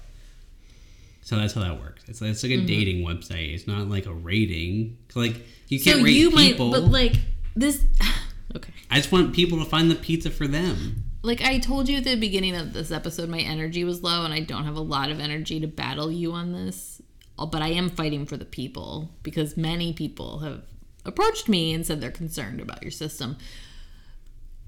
[SPEAKER 2] So that's how that works. It's, it's like a
[SPEAKER 3] Mm-hmm.
[SPEAKER 2] dating website. It's not like a rating. 'Cause, Like you
[SPEAKER 3] so
[SPEAKER 2] can't rate
[SPEAKER 3] you might,
[SPEAKER 2] people.
[SPEAKER 3] but like this. Okay.
[SPEAKER 2] I just want people to find the pizza for them.
[SPEAKER 3] Like I told you at the beginning of this episode, my energy was low, and I don't have a lot of energy to battle you on this. Uh, But I am fighting for the people because many people have approached me and said they're concerned about your system.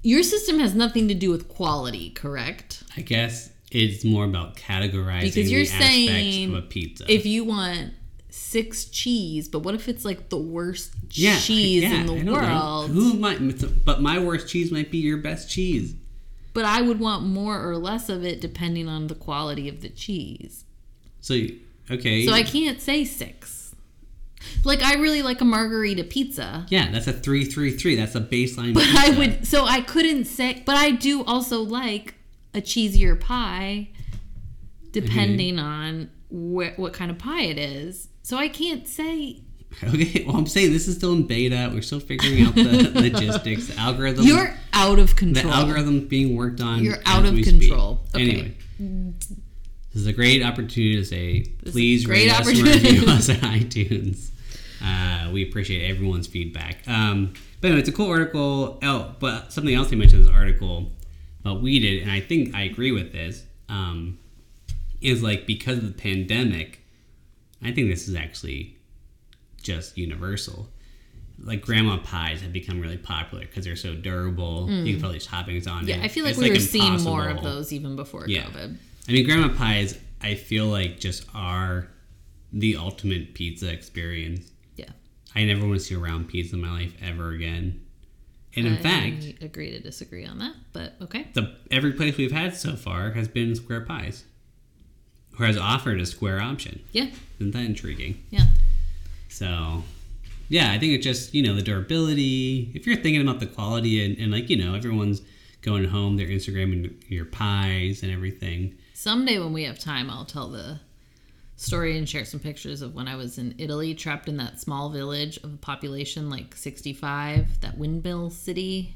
[SPEAKER 3] Your system has nothing to do with quality, correct?
[SPEAKER 2] I guess it's more about categorizing
[SPEAKER 3] Because you're
[SPEAKER 2] the aspects
[SPEAKER 3] saying
[SPEAKER 2] of a pizza.
[SPEAKER 3] if you want six cheese, but what if it's like the worst
[SPEAKER 2] Yeah,
[SPEAKER 3] cheese
[SPEAKER 2] yeah, I
[SPEAKER 3] in the
[SPEAKER 2] don't know.
[SPEAKER 3] world?
[SPEAKER 2] Who might? But my worst cheese might be your best cheese.
[SPEAKER 3] But I would want more or less of it depending on the quality of the cheese.
[SPEAKER 2] So you- okay.
[SPEAKER 3] So I can't say six. Like I really like a margarita pizza.
[SPEAKER 2] yeah, that's a three three three. That's a baseline.
[SPEAKER 3] But I
[SPEAKER 2] pizza.
[SPEAKER 3] would so I couldn't say but I do also like a cheesier pie depending
[SPEAKER 2] Mm-hmm.
[SPEAKER 3] on wh- what kind of pie it is. So I can't say
[SPEAKER 2] Okay, well I'm saying this is still in beta. We're still figuring out the logistics, the algorithm.
[SPEAKER 3] you're out of
[SPEAKER 2] the
[SPEAKER 3] control.
[SPEAKER 2] algorithm being worked on.
[SPEAKER 3] You're
[SPEAKER 2] as
[SPEAKER 3] out of
[SPEAKER 2] we
[SPEAKER 3] control.
[SPEAKER 2] speak.
[SPEAKER 3] Okay.
[SPEAKER 2] Anyway, this is a great opportunity to say,
[SPEAKER 3] is
[SPEAKER 2] please
[SPEAKER 3] a great
[SPEAKER 2] rate us and
[SPEAKER 3] opportunity.
[SPEAKER 2] review us on iTunes. Uh, we appreciate everyone's feedback. Um, but anyway, it's a cool article. Oh, but something else they mentioned in this article, but we did, and I think I agree with this. Um, is like because of the pandemic, I think this is actually just universal. Like grandma pies have become really popular because they're so durable. You can put all these toppings on it.
[SPEAKER 3] Mm. Yeah, I feel like
[SPEAKER 2] It's,
[SPEAKER 3] we were seeing more of
[SPEAKER 2] impossible.
[SPEAKER 3] those even before
[SPEAKER 2] Yeah.
[SPEAKER 3] COVID.
[SPEAKER 2] I mean, grandma pies, I feel like just are the ultimate pizza experience.
[SPEAKER 3] Yeah.
[SPEAKER 2] I never want to see a round pizza in my life ever again. And in
[SPEAKER 3] I
[SPEAKER 2] fact,
[SPEAKER 3] agree to disagree on that, but okay.
[SPEAKER 2] the every place we've had so far has been square pies, or has offered a square option.
[SPEAKER 3] Yeah.
[SPEAKER 2] Isn't that intriguing?
[SPEAKER 3] Yeah.
[SPEAKER 2] So, yeah, I think it's just, you know, the durability. If you're thinking about the quality and, and like, you know, everyone's going home, they're Instagramming your pies and everything.
[SPEAKER 3] Someday when we have time, I'll tell the story and share some pictures of when I was in Italy, trapped in that small village of a population like 65, that windmill city.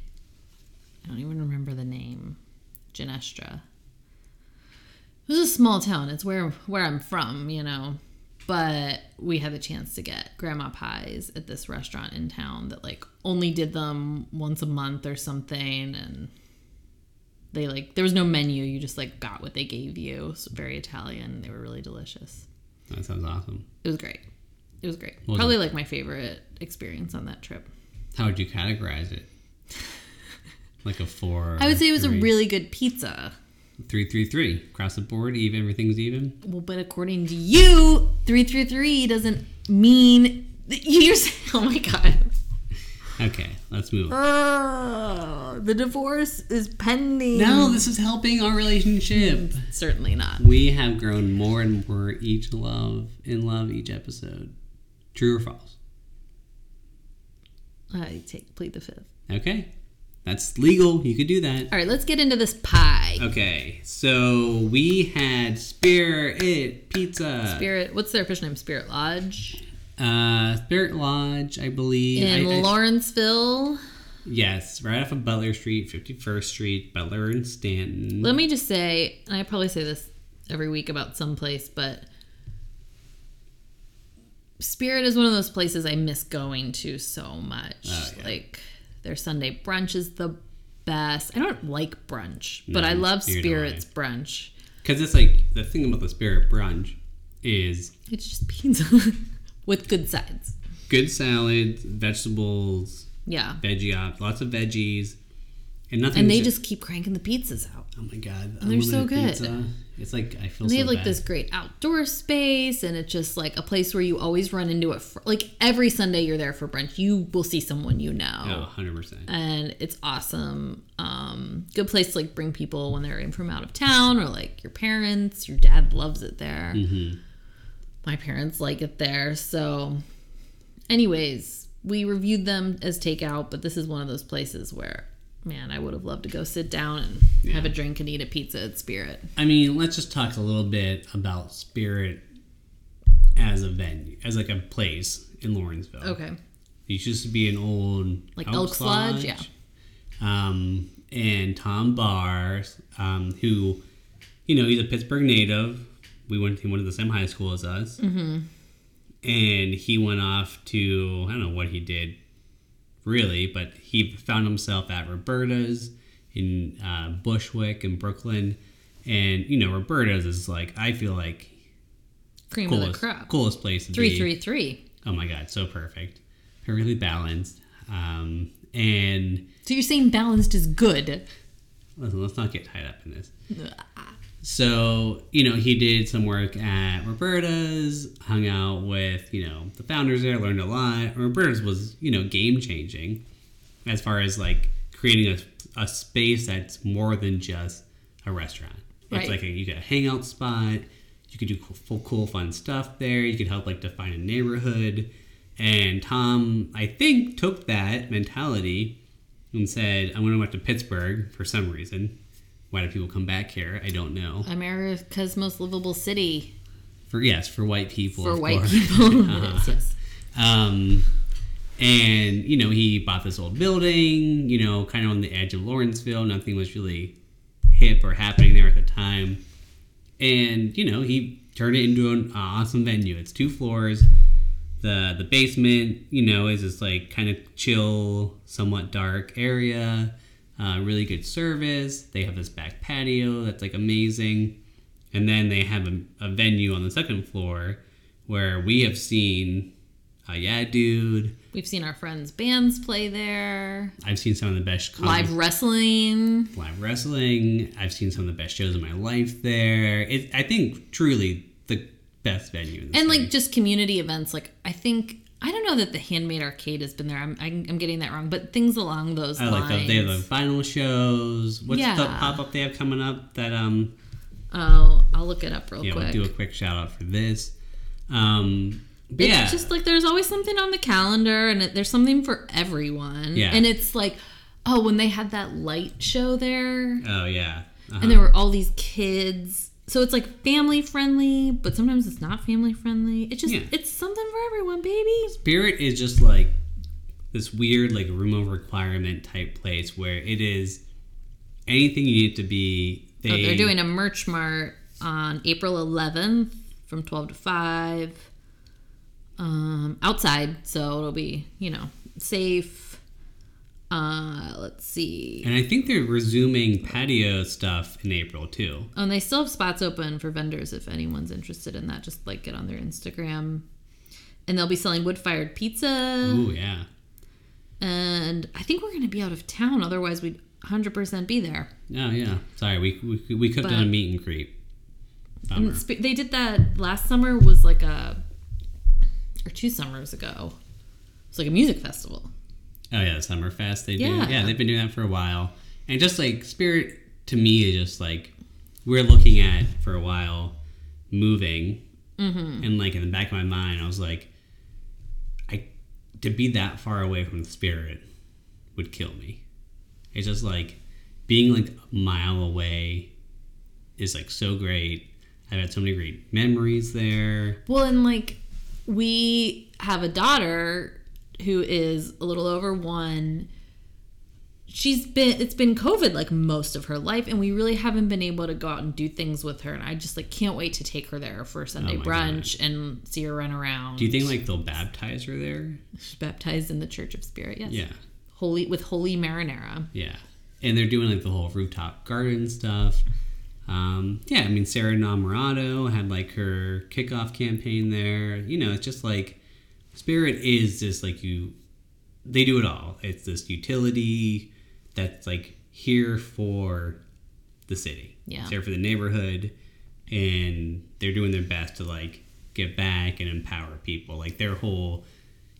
[SPEAKER 3] I don't even remember the name. Ginestra. It was a small town. It's where where I'm from, you know. But we had the chance to get grandma pies at this restaurant in town that like only did them once a month or something and they like there was no menu you just like got what they gave you so very italian they were really delicious
[SPEAKER 2] That sounds awesome.
[SPEAKER 3] it was great it was great
[SPEAKER 2] was
[SPEAKER 3] probably like my favorite experience on that trip
[SPEAKER 2] How would you categorize it? Like a four.
[SPEAKER 3] i would say it was a
[SPEAKER 2] three?
[SPEAKER 3] really good pizza
[SPEAKER 2] Three, three, three. Across the board, even, everything's even.
[SPEAKER 3] well but according to you 333 doesn't mean you're saying, oh my god
[SPEAKER 2] Okay, let's move
[SPEAKER 3] Um,
[SPEAKER 2] on.
[SPEAKER 3] Ugh, the divorce is pending
[SPEAKER 2] No, this is helping our relationship.
[SPEAKER 3] certainly not
[SPEAKER 2] We have grown more and more each love in love each episode. True or false?
[SPEAKER 3] i take plead the fifth
[SPEAKER 2] Okay. That's legal. You could do that.
[SPEAKER 3] all right let's get into this pie
[SPEAKER 2] Okay, so we had Spirit Pizza.
[SPEAKER 3] spirit what's their official name spirit lodge
[SPEAKER 2] Uh, Spirit Lodge, I believe.
[SPEAKER 3] in
[SPEAKER 2] I- I-
[SPEAKER 3] lawrenceville
[SPEAKER 2] yes, right off of Butler Street, 51st Street, Butler and Stanton.
[SPEAKER 3] Let me just say, and I probably say this every week about some place, but Spirit is one of those places I miss going to so much.
[SPEAKER 2] Oh, yeah.
[SPEAKER 3] Like their Sunday brunch is the best. I don't like brunch, but I
[SPEAKER 2] No,
[SPEAKER 3] love
[SPEAKER 2] neither do
[SPEAKER 3] Spirit's brunch.
[SPEAKER 2] Because it's like, the thing about the Spirit Brunch is
[SPEAKER 3] It's just pizza with good sides.
[SPEAKER 2] good salads, vegetables,
[SPEAKER 3] Yeah.
[SPEAKER 2] veggie ops, lots of veggies, and nothing.
[SPEAKER 3] And they just keep cranking the pizzas out.
[SPEAKER 2] oh my god,
[SPEAKER 3] they're so
[SPEAKER 2] unlimited
[SPEAKER 3] good.
[SPEAKER 2] Pizza. It's like I feel.
[SPEAKER 3] And they
[SPEAKER 2] so
[SPEAKER 3] have like
[SPEAKER 2] bad.
[SPEAKER 3] this great outdoor space, and it's just like a place where you always run into it. For, like every Sunday you're there for brunch, you will see someone you know.
[SPEAKER 2] Oh, 100 percent.
[SPEAKER 3] and it's awesome. Um, good place to like bring people when they're in from out of town or like your parents. Your dad loves it there.
[SPEAKER 2] Mm-hmm.
[SPEAKER 3] My parents like it there. So, anyways, we reviewed them as takeout, but this is one of those places where, man, I would have loved to go sit down and have a drink and eat a pizza at Spirit.
[SPEAKER 2] I mean, let's just talk a little bit about Spirit as a venue, as like a place in Lawrenceville.
[SPEAKER 3] Okay.
[SPEAKER 2] It used to be an old
[SPEAKER 3] Like Elks Lodge, yeah.
[SPEAKER 2] Um, and Tom Barr, um, who, you know, he's a Pittsburgh native. We went he went to the same high school as us. Mm-hmm. And he went off to I don't know what he did, really, but he found himself at Roberta's in uh, Bushwick in Brooklyn. And you know, Roberta's is like I feel like
[SPEAKER 3] Cream of the
[SPEAKER 2] coolest
[SPEAKER 3] crop.
[SPEAKER 2] coolest place to
[SPEAKER 3] Three,
[SPEAKER 2] be.
[SPEAKER 3] three, three.
[SPEAKER 2] Oh my god, so perfect. Really balanced. Um, and
[SPEAKER 3] So you're saying balanced is good.
[SPEAKER 2] listen, let's not get tied up in this. So, you know, he did some work at Roberta's, hung out with, you know, the founders there, learned a lot. Roberta's was, you know, game changing as far as like creating a, a space that's more than just a restaurant.
[SPEAKER 3] Right.
[SPEAKER 2] It's like a, you got a hangout spot. You could do cool, cool, fun stuff there. You could help like define a neighborhood. And Tom, I think, took that mentality and said, "I'm going to go back to Pittsburgh for some reason. Why do people come back here? I don't know.
[SPEAKER 3] America's most livable city
[SPEAKER 2] For yes, for white people.
[SPEAKER 3] for
[SPEAKER 2] of
[SPEAKER 3] white
[SPEAKER 2] course.
[SPEAKER 3] people.
[SPEAKER 2] Uh-huh.
[SPEAKER 3] Yes, yes.
[SPEAKER 2] Um, and you know, he bought this old building, you know, kind of on the edge of Lawrenceville. Nothing was really hip or happening there at the time. And you know, he turned it into an awesome venue. It's two floors. The the basement, you know, is this like kind of chill, somewhat dark area. Uh, really good service. They have this back patio that's like amazing. And then they have a, a venue on the second floor where we have seen uh, yeah, dude.
[SPEAKER 3] We've seen our friends' bands play there.
[SPEAKER 2] I've seen some of the best
[SPEAKER 3] Live wrestling.
[SPEAKER 2] live wrestling. I've seen some of the best shows in my life there. It, I think truly the best venue. In the
[SPEAKER 3] and
[SPEAKER 2] city.
[SPEAKER 3] like just community events like i think i don't know that the handmade arcade has been there i'm, I'm, I'm getting that wrong but things along those
[SPEAKER 2] I like the,
[SPEAKER 3] lines
[SPEAKER 2] they have the vinyl shows. What's the
[SPEAKER 3] Yeah.
[SPEAKER 2] pop up they have coming up? That um,
[SPEAKER 3] oh i'll look it up real
[SPEAKER 2] yeah, we'll
[SPEAKER 3] quick
[SPEAKER 2] do a quick shout out for this. Um, but
[SPEAKER 3] it's
[SPEAKER 2] yeah,
[SPEAKER 3] just like there's always something on the calendar and it, there's something for everyone
[SPEAKER 2] Yeah.
[SPEAKER 3] and it's like oh when they had that light show there
[SPEAKER 2] oh yeah, uh
[SPEAKER 3] and there were all these kids so it's like family friendly but sometimes it's not family friendly it's just
[SPEAKER 2] Yeah.
[SPEAKER 3] it's something for everyone baby
[SPEAKER 2] Spirit is just like this weird like room of requirement type place where it is anything you need to be. They,
[SPEAKER 3] Oh, they're doing a merch mart on April 11th from 12 to 5. Um, outside, so it'll be, you know, safe. Uh, let's see.
[SPEAKER 2] And I think they're resuming patio stuff in April too.
[SPEAKER 3] Oh, and they still have spots open for vendors if anyone's interested in that. Just like get on their Instagram. And they'll be selling wood fired pizza.
[SPEAKER 2] Ooh, yeah.
[SPEAKER 3] And I think we're going to be out of town. Otherwise, we'd 100% be there.
[SPEAKER 2] Oh, yeah. Sorry, we we, we could have
[SPEAKER 3] But-
[SPEAKER 2] done a meet and greet. Bummer.
[SPEAKER 3] And sp- they did that last summer was like a or two summers ago. It's like a music festival.
[SPEAKER 2] Oh yeah, Summerfest. They
[SPEAKER 3] Yeah.
[SPEAKER 2] do. Yeah, they've been doing that for a while. And just like Spirit to me is just like we're looking at for a while moving, and like in the back of my mind, I was like, I to be that far away from the Spirit would kill me. It's just like being like a mile away is like so great. I've had so many great memories there.
[SPEAKER 3] Well, and like we have a daughter who is a little over 1. She's been it's been COVID like most of her life and we really haven't been able to go out and do things with her and I just like can't wait to take her there for Sunday
[SPEAKER 2] Oh my
[SPEAKER 3] brunch and see her run around.
[SPEAKER 2] Do you think like they'll baptize her there?
[SPEAKER 3] She's baptized in the Church of Spirit? Yes.
[SPEAKER 2] Yeah.
[SPEAKER 3] Holy with holy marinara.
[SPEAKER 2] Yeah, and they're doing like the whole rooftop garden stuff. Um, yeah, I mean Sarah Namorado had like her kickoff campaign there. You know, it's just like Spirit is just like you. They do it all. It's this utility that's like here for the city.
[SPEAKER 3] Yeah.
[SPEAKER 2] It's there for the neighborhood, and they're doing their best to like give back and empower people. Like their whole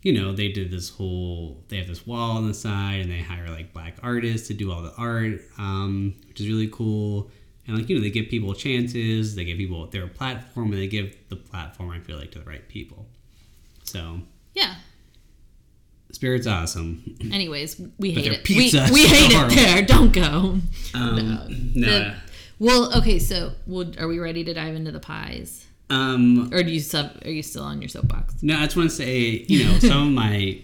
[SPEAKER 2] you know, they did this whole. They have this wall on the side, and they hire like black artists to do all the art, um, which is really cool. And like you know, they give people chances. They give people their platform, and they give the platform. I feel like to the right people. So
[SPEAKER 3] Yeah.
[SPEAKER 2] spirit's awesome.
[SPEAKER 3] Anyways, we hate
[SPEAKER 2] their
[SPEAKER 3] it. We,
[SPEAKER 2] pizza is
[SPEAKER 3] we hate it
[SPEAKER 2] horrible.
[SPEAKER 3] there. Don't go.
[SPEAKER 2] Um,
[SPEAKER 3] The-
[SPEAKER 2] no.
[SPEAKER 3] well, okay. So, well, are we ready to dive into the pies,
[SPEAKER 2] um,
[SPEAKER 3] or do you sub? Are you still on your soapbox?
[SPEAKER 2] no, I just want to say you know some of my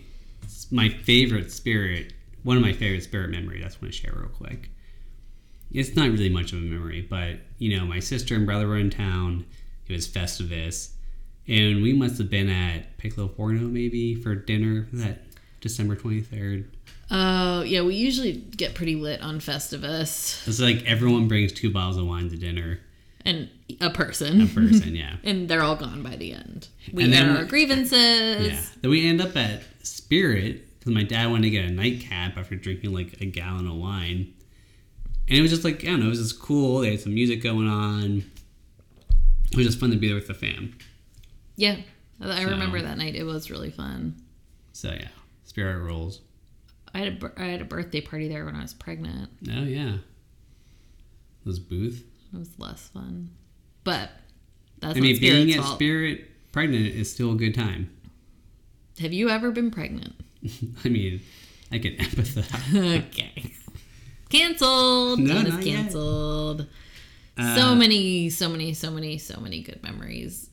[SPEAKER 2] my favorite spirit. One of my favorite spirit memory. That's want to share real quick. it's not really much of a memory, but you know, my sister and brother were in town. It was Festivus, and we must have been at Piccolo Forno maybe for dinner that December twenty third.
[SPEAKER 3] Oh, yeah. We usually get pretty lit on Festivus
[SPEAKER 2] It's like everyone brings two bottles of wine to dinner
[SPEAKER 3] and a person,
[SPEAKER 2] person, yeah,
[SPEAKER 3] and they're all gone by the end. We
[SPEAKER 2] And
[SPEAKER 3] air
[SPEAKER 2] then-
[SPEAKER 3] our grievances.
[SPEAKER 2] yeah. Then we end up at Spirit because my dad wanted to get a nightcap after drinking like a gallon of wine, and it was just like I don't know, it was just cool. They had some music going on. It was just fun to be there with the fam.
[SPEAKER 3] Yeah. I remember
[SPEAKER 2] So-
[SPEAKER 3] that night. It was really fun.
[SPEAKER 2] So yeah, Spirit rules.
[SPEAKER 3] I had a bir- I had a birthday party there when I was pregnant.
[SPEAKER 2] Oh yeah. Those booth.
[SPEAKER 3] It was less fun, but that's
[SPEAKER 2] I mean,
[SPEAKER 3] not Spirit's
[SPEAKER 2] being at
[SPEAKER 3] fault.
[SPEAKER 2] Spirit pregnant is still a good time.
[SPEAKER 3] Have you ever been pregnant?
[SPEAKER 2] I mean, I can empathize.
[SPEAKER 3] okay. Canceled.
[SPEAKER 2] No,
[SPEAKER 3] That is
[SPEAKER 2] not yet.
[SPEAKER 3] canceled.
[SPEAKER 2] Uh,
[SPEAKER 3] so many, so many, so many, so many good memories.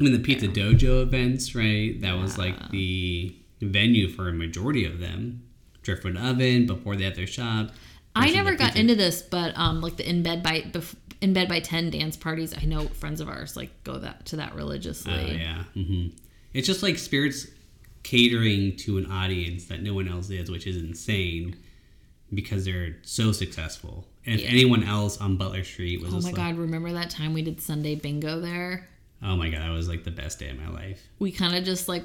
[SPEAKER 2] I mean, the Pizza Dojo events, right? That was like the venue for a majority of them. Driftwood Oven before they had their shop.
[SPEAKER 3] I
[SPEAKER 2] versus the
[SPEAKER 3] never got
[SPEAKER 2] Pizza-
[SPEAKER 3] into this, but um, like the in bed by bef- in bed by ten dance parties. I know friends of ours like go that to that religiously.
[SPEAKER 2] Oh yeah. hmm It's just like Spirit's catering to an audience that no one else is, which is insane because they're so successful. And if
[SPEAKER 3] Yeah.
[SPEAKER 2] anyone else on Butler Street was
[SPEAKER 3] Oh
[SPEAKER 2] just
[SPEAKER 3] my
[SPEAKER 2] like,
[SPEAKER 3] god! Remember that time we did Sunday bingo there?
[SPEAKER 2] oh my god, that was like the best day of my life.
[SPEAKER 3] we kind of just like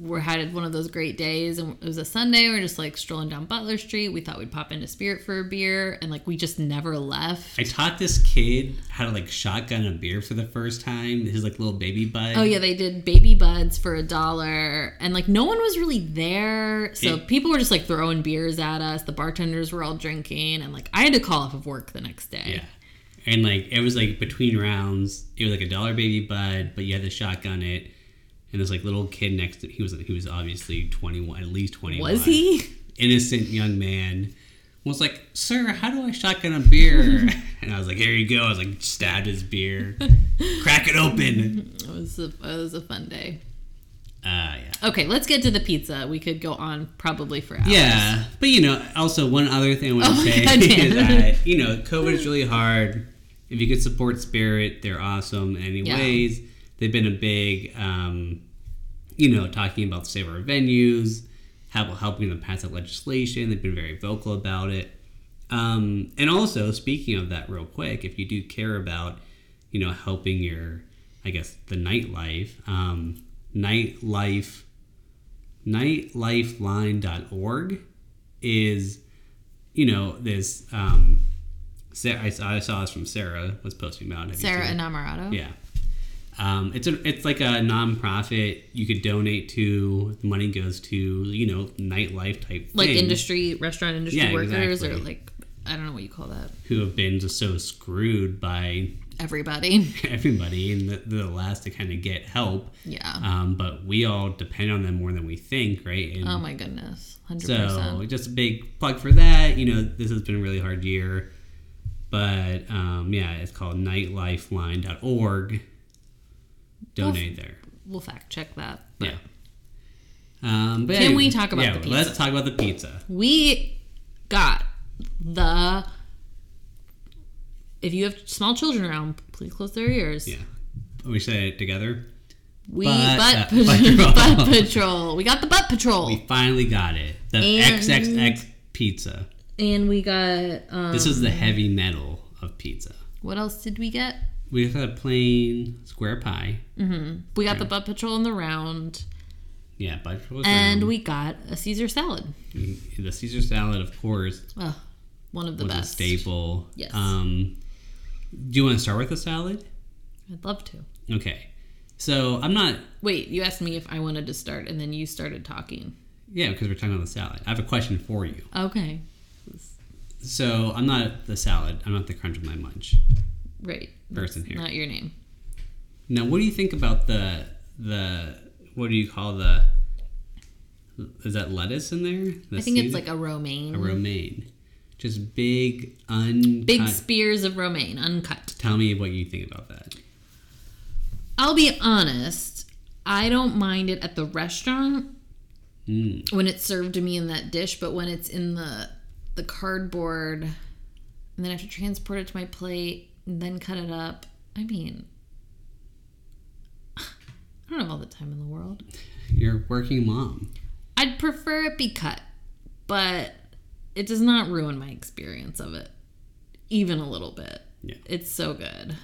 [SPEAKER 3] were had one of those great days and it was a sunday we are just like strolling down butler street we thought we'd pop into spirit for a beer and like we just never left
[SPEAKER 2] I taught this kid how to like shotgun a beer for the first time. His like little baby bud.
[SPEAKER 3] oh yeah they did baby buds for a dollar and like no one was really there so
[SPEAKER 2] It-
[SPEAKER 3] people were just like throwing beers at us the bartenders were all drinking and like i had to call off of work the next day
[SPEAKER 2] Yeah. And like it was like between rounds, it was like a dollar baby bud, but you had to shotgun it. And this like little kid next to he was he was obviously twenty one, at least twenty one.
[SPEAKER 3] was he
[SPEAKER 2] Innocent young man was like, "Sir, how do I shotgun a beer?" and I was like, "Here you go." I was like, stabbed his beer, crack it open.
[SPEAKER 3] it was a, it was a fun day
[SPEAKER 2] Uh, yeah.
[SPEAKER 3] okay let's get to the pizza we could go on probably for hours
[SPEAKER 2] Yeah, but you know, also one other thing I want to
[SPEAKER 3] Oh my
[SPEAKER 2] say
[SPEAKER 3] God, Dan.
[SPEAKER 2] is that you know, COVID is really hard. If you could support Spirit, they're awesome in any
[SPEAKER 3] Yeah.
[SPEAKER 2] ways. They've been a big, um, you know, talking about save our venues, help, helping them pass out legislation. They've been very vocal about it. Um, and also, speaking of that, real quick, if you do care about, you know, helping your, I guess, the nightlife, um, nightlife nightlifeline.org is you know this um Sarah, I, saw, I saw this from Sarah was posting about it. Have you
[SPEAKER 3] sarah
[SPEAKER 2] seen it?
[SPEAKER 3] enamorado
[SPEAKER 2] yeah um, it's a it's like a nonprofit you could donate to the money goes to you know nightlife type
[SPEAKER 3] like
[SPEAKER 2] things
[SPEAKER 3] industry restaurant industry
[SPEAKER 2] Yeah,
[SPEAKER 3] workers or
[SPEAKER 2] exactly.
[SPEAKER 3] like I don't know what you call that.
[SPEAKER 2] who have been just so screwed by
[SPEAKER 3] Everybody.
[SPEAKER 2] everybody and the, the last to kind of get help
[SPEAKER 3] Yeah.
[SPEAKER 2] um, but we all depend on them more than we think right and
[SPEAKER 3] oh my goodness. 100%.
[SPEAKER 2] So just a big plug for that. You know, this has been a really hard year. But um, yeah, it's called nightlifeline.org. Donate there.
[SPEAKER 3] we'll fact check that. But
[SPEAKER 2] Yeah. Um, but
[SPEAKER 3] Can
[SPEAKER 2] anyway,
[SPEAKER 3] we talk about
[SPEAKER 2] yeah,
[SPEAKER 3] the
[SPEAKER 2] Let's talk about the pizza.
[SPEAKER 3] we got the If you have small children around, please close their ears.
[SPEAKER 2] Yeah. We said it together.
[SPEAKER 3] We
[SPEAKER 2] Butt-
[SPEAKER 3] butt,
[SPEAKER 2] uh, butt
[SPEAKER 3] patrol.
[SPEAKER 2] patrol.
[SPEAKER 3] butt patrol. We got the butt patrol.
[SPEAKER 2] We finally got it. The
[SPEAKER 3] Oh. And-
[SPEAKER 2] XXX pizza.
[SPEAKER 3] and we got um,
[SPEAKER 2] This is the heavy metal of pizza.
[SPEAKER 3] what else did we get?
[SPEAKER 2] We got a plain square pie.
[SPEAKER 3] We got the butt patrol in the round
[SPEAKER 2] Yeah, but
[SPEAKER 3] and we got a Caesar salad.
[SPEAKER 2] Mm, the Caesar salad, of course.
[SPEAKER 3] Ugh, one of the
[SPEAKER 2] was
[SPEAKER 3] best.
[SPEAKER 2] a staple.
[SPEAKER 3] Yes.
[SPEAKER 2] Um, do you want to start with a salad?
[SPEAKER 3] I'd love to.
[SPEAKER 2] Okay. So I'm not.
[SPEAKER 3] Wait, you asked me if I wanted to start, and then you started talking.
[SPEAKER 2] Yeah, because we're talking about the salad. I have a question for you.
[SPEAKER 3] Okay,
[SPEAKER 2] So I'm not the salad. I'm not the crunch of my munch
[SPEAKER 3] right.
[SPEAKER 2] person here.
[SPEAKER 3] Not your name.
[SPEAKER 2] Now, what do you think about the the what do you call the is that lettuce in there? The
[SPEAKER 3] I think it's
[SPEAKER 2] Caesar-
[SPEAKER 3] like a romaine.
[SPEAKER 2] a romaine, just big un.
[SPEAKER 3] Big spears of romaine, uncut.
[SPEAKER 2] Tell me what you think about that.
[SPEAKER 3] I'll be honest, I don't mind it at the restaurant
[SPEAKER 2] Mm.
[SPEAKER 3] when it's served to me in that dish, but when it's in the the cardboard and then I have to transport it to my plate and then cut it up. I mean, I don't have all the time in the world.
[SPEAKER 2] You're a working mom.
[SPEAKER 3] I'd prefer it be cut, but it does not ruin my experience of it, even a little bit.
[SPEAKER 2] Yeah.
[SPEAKER 3] It's so good.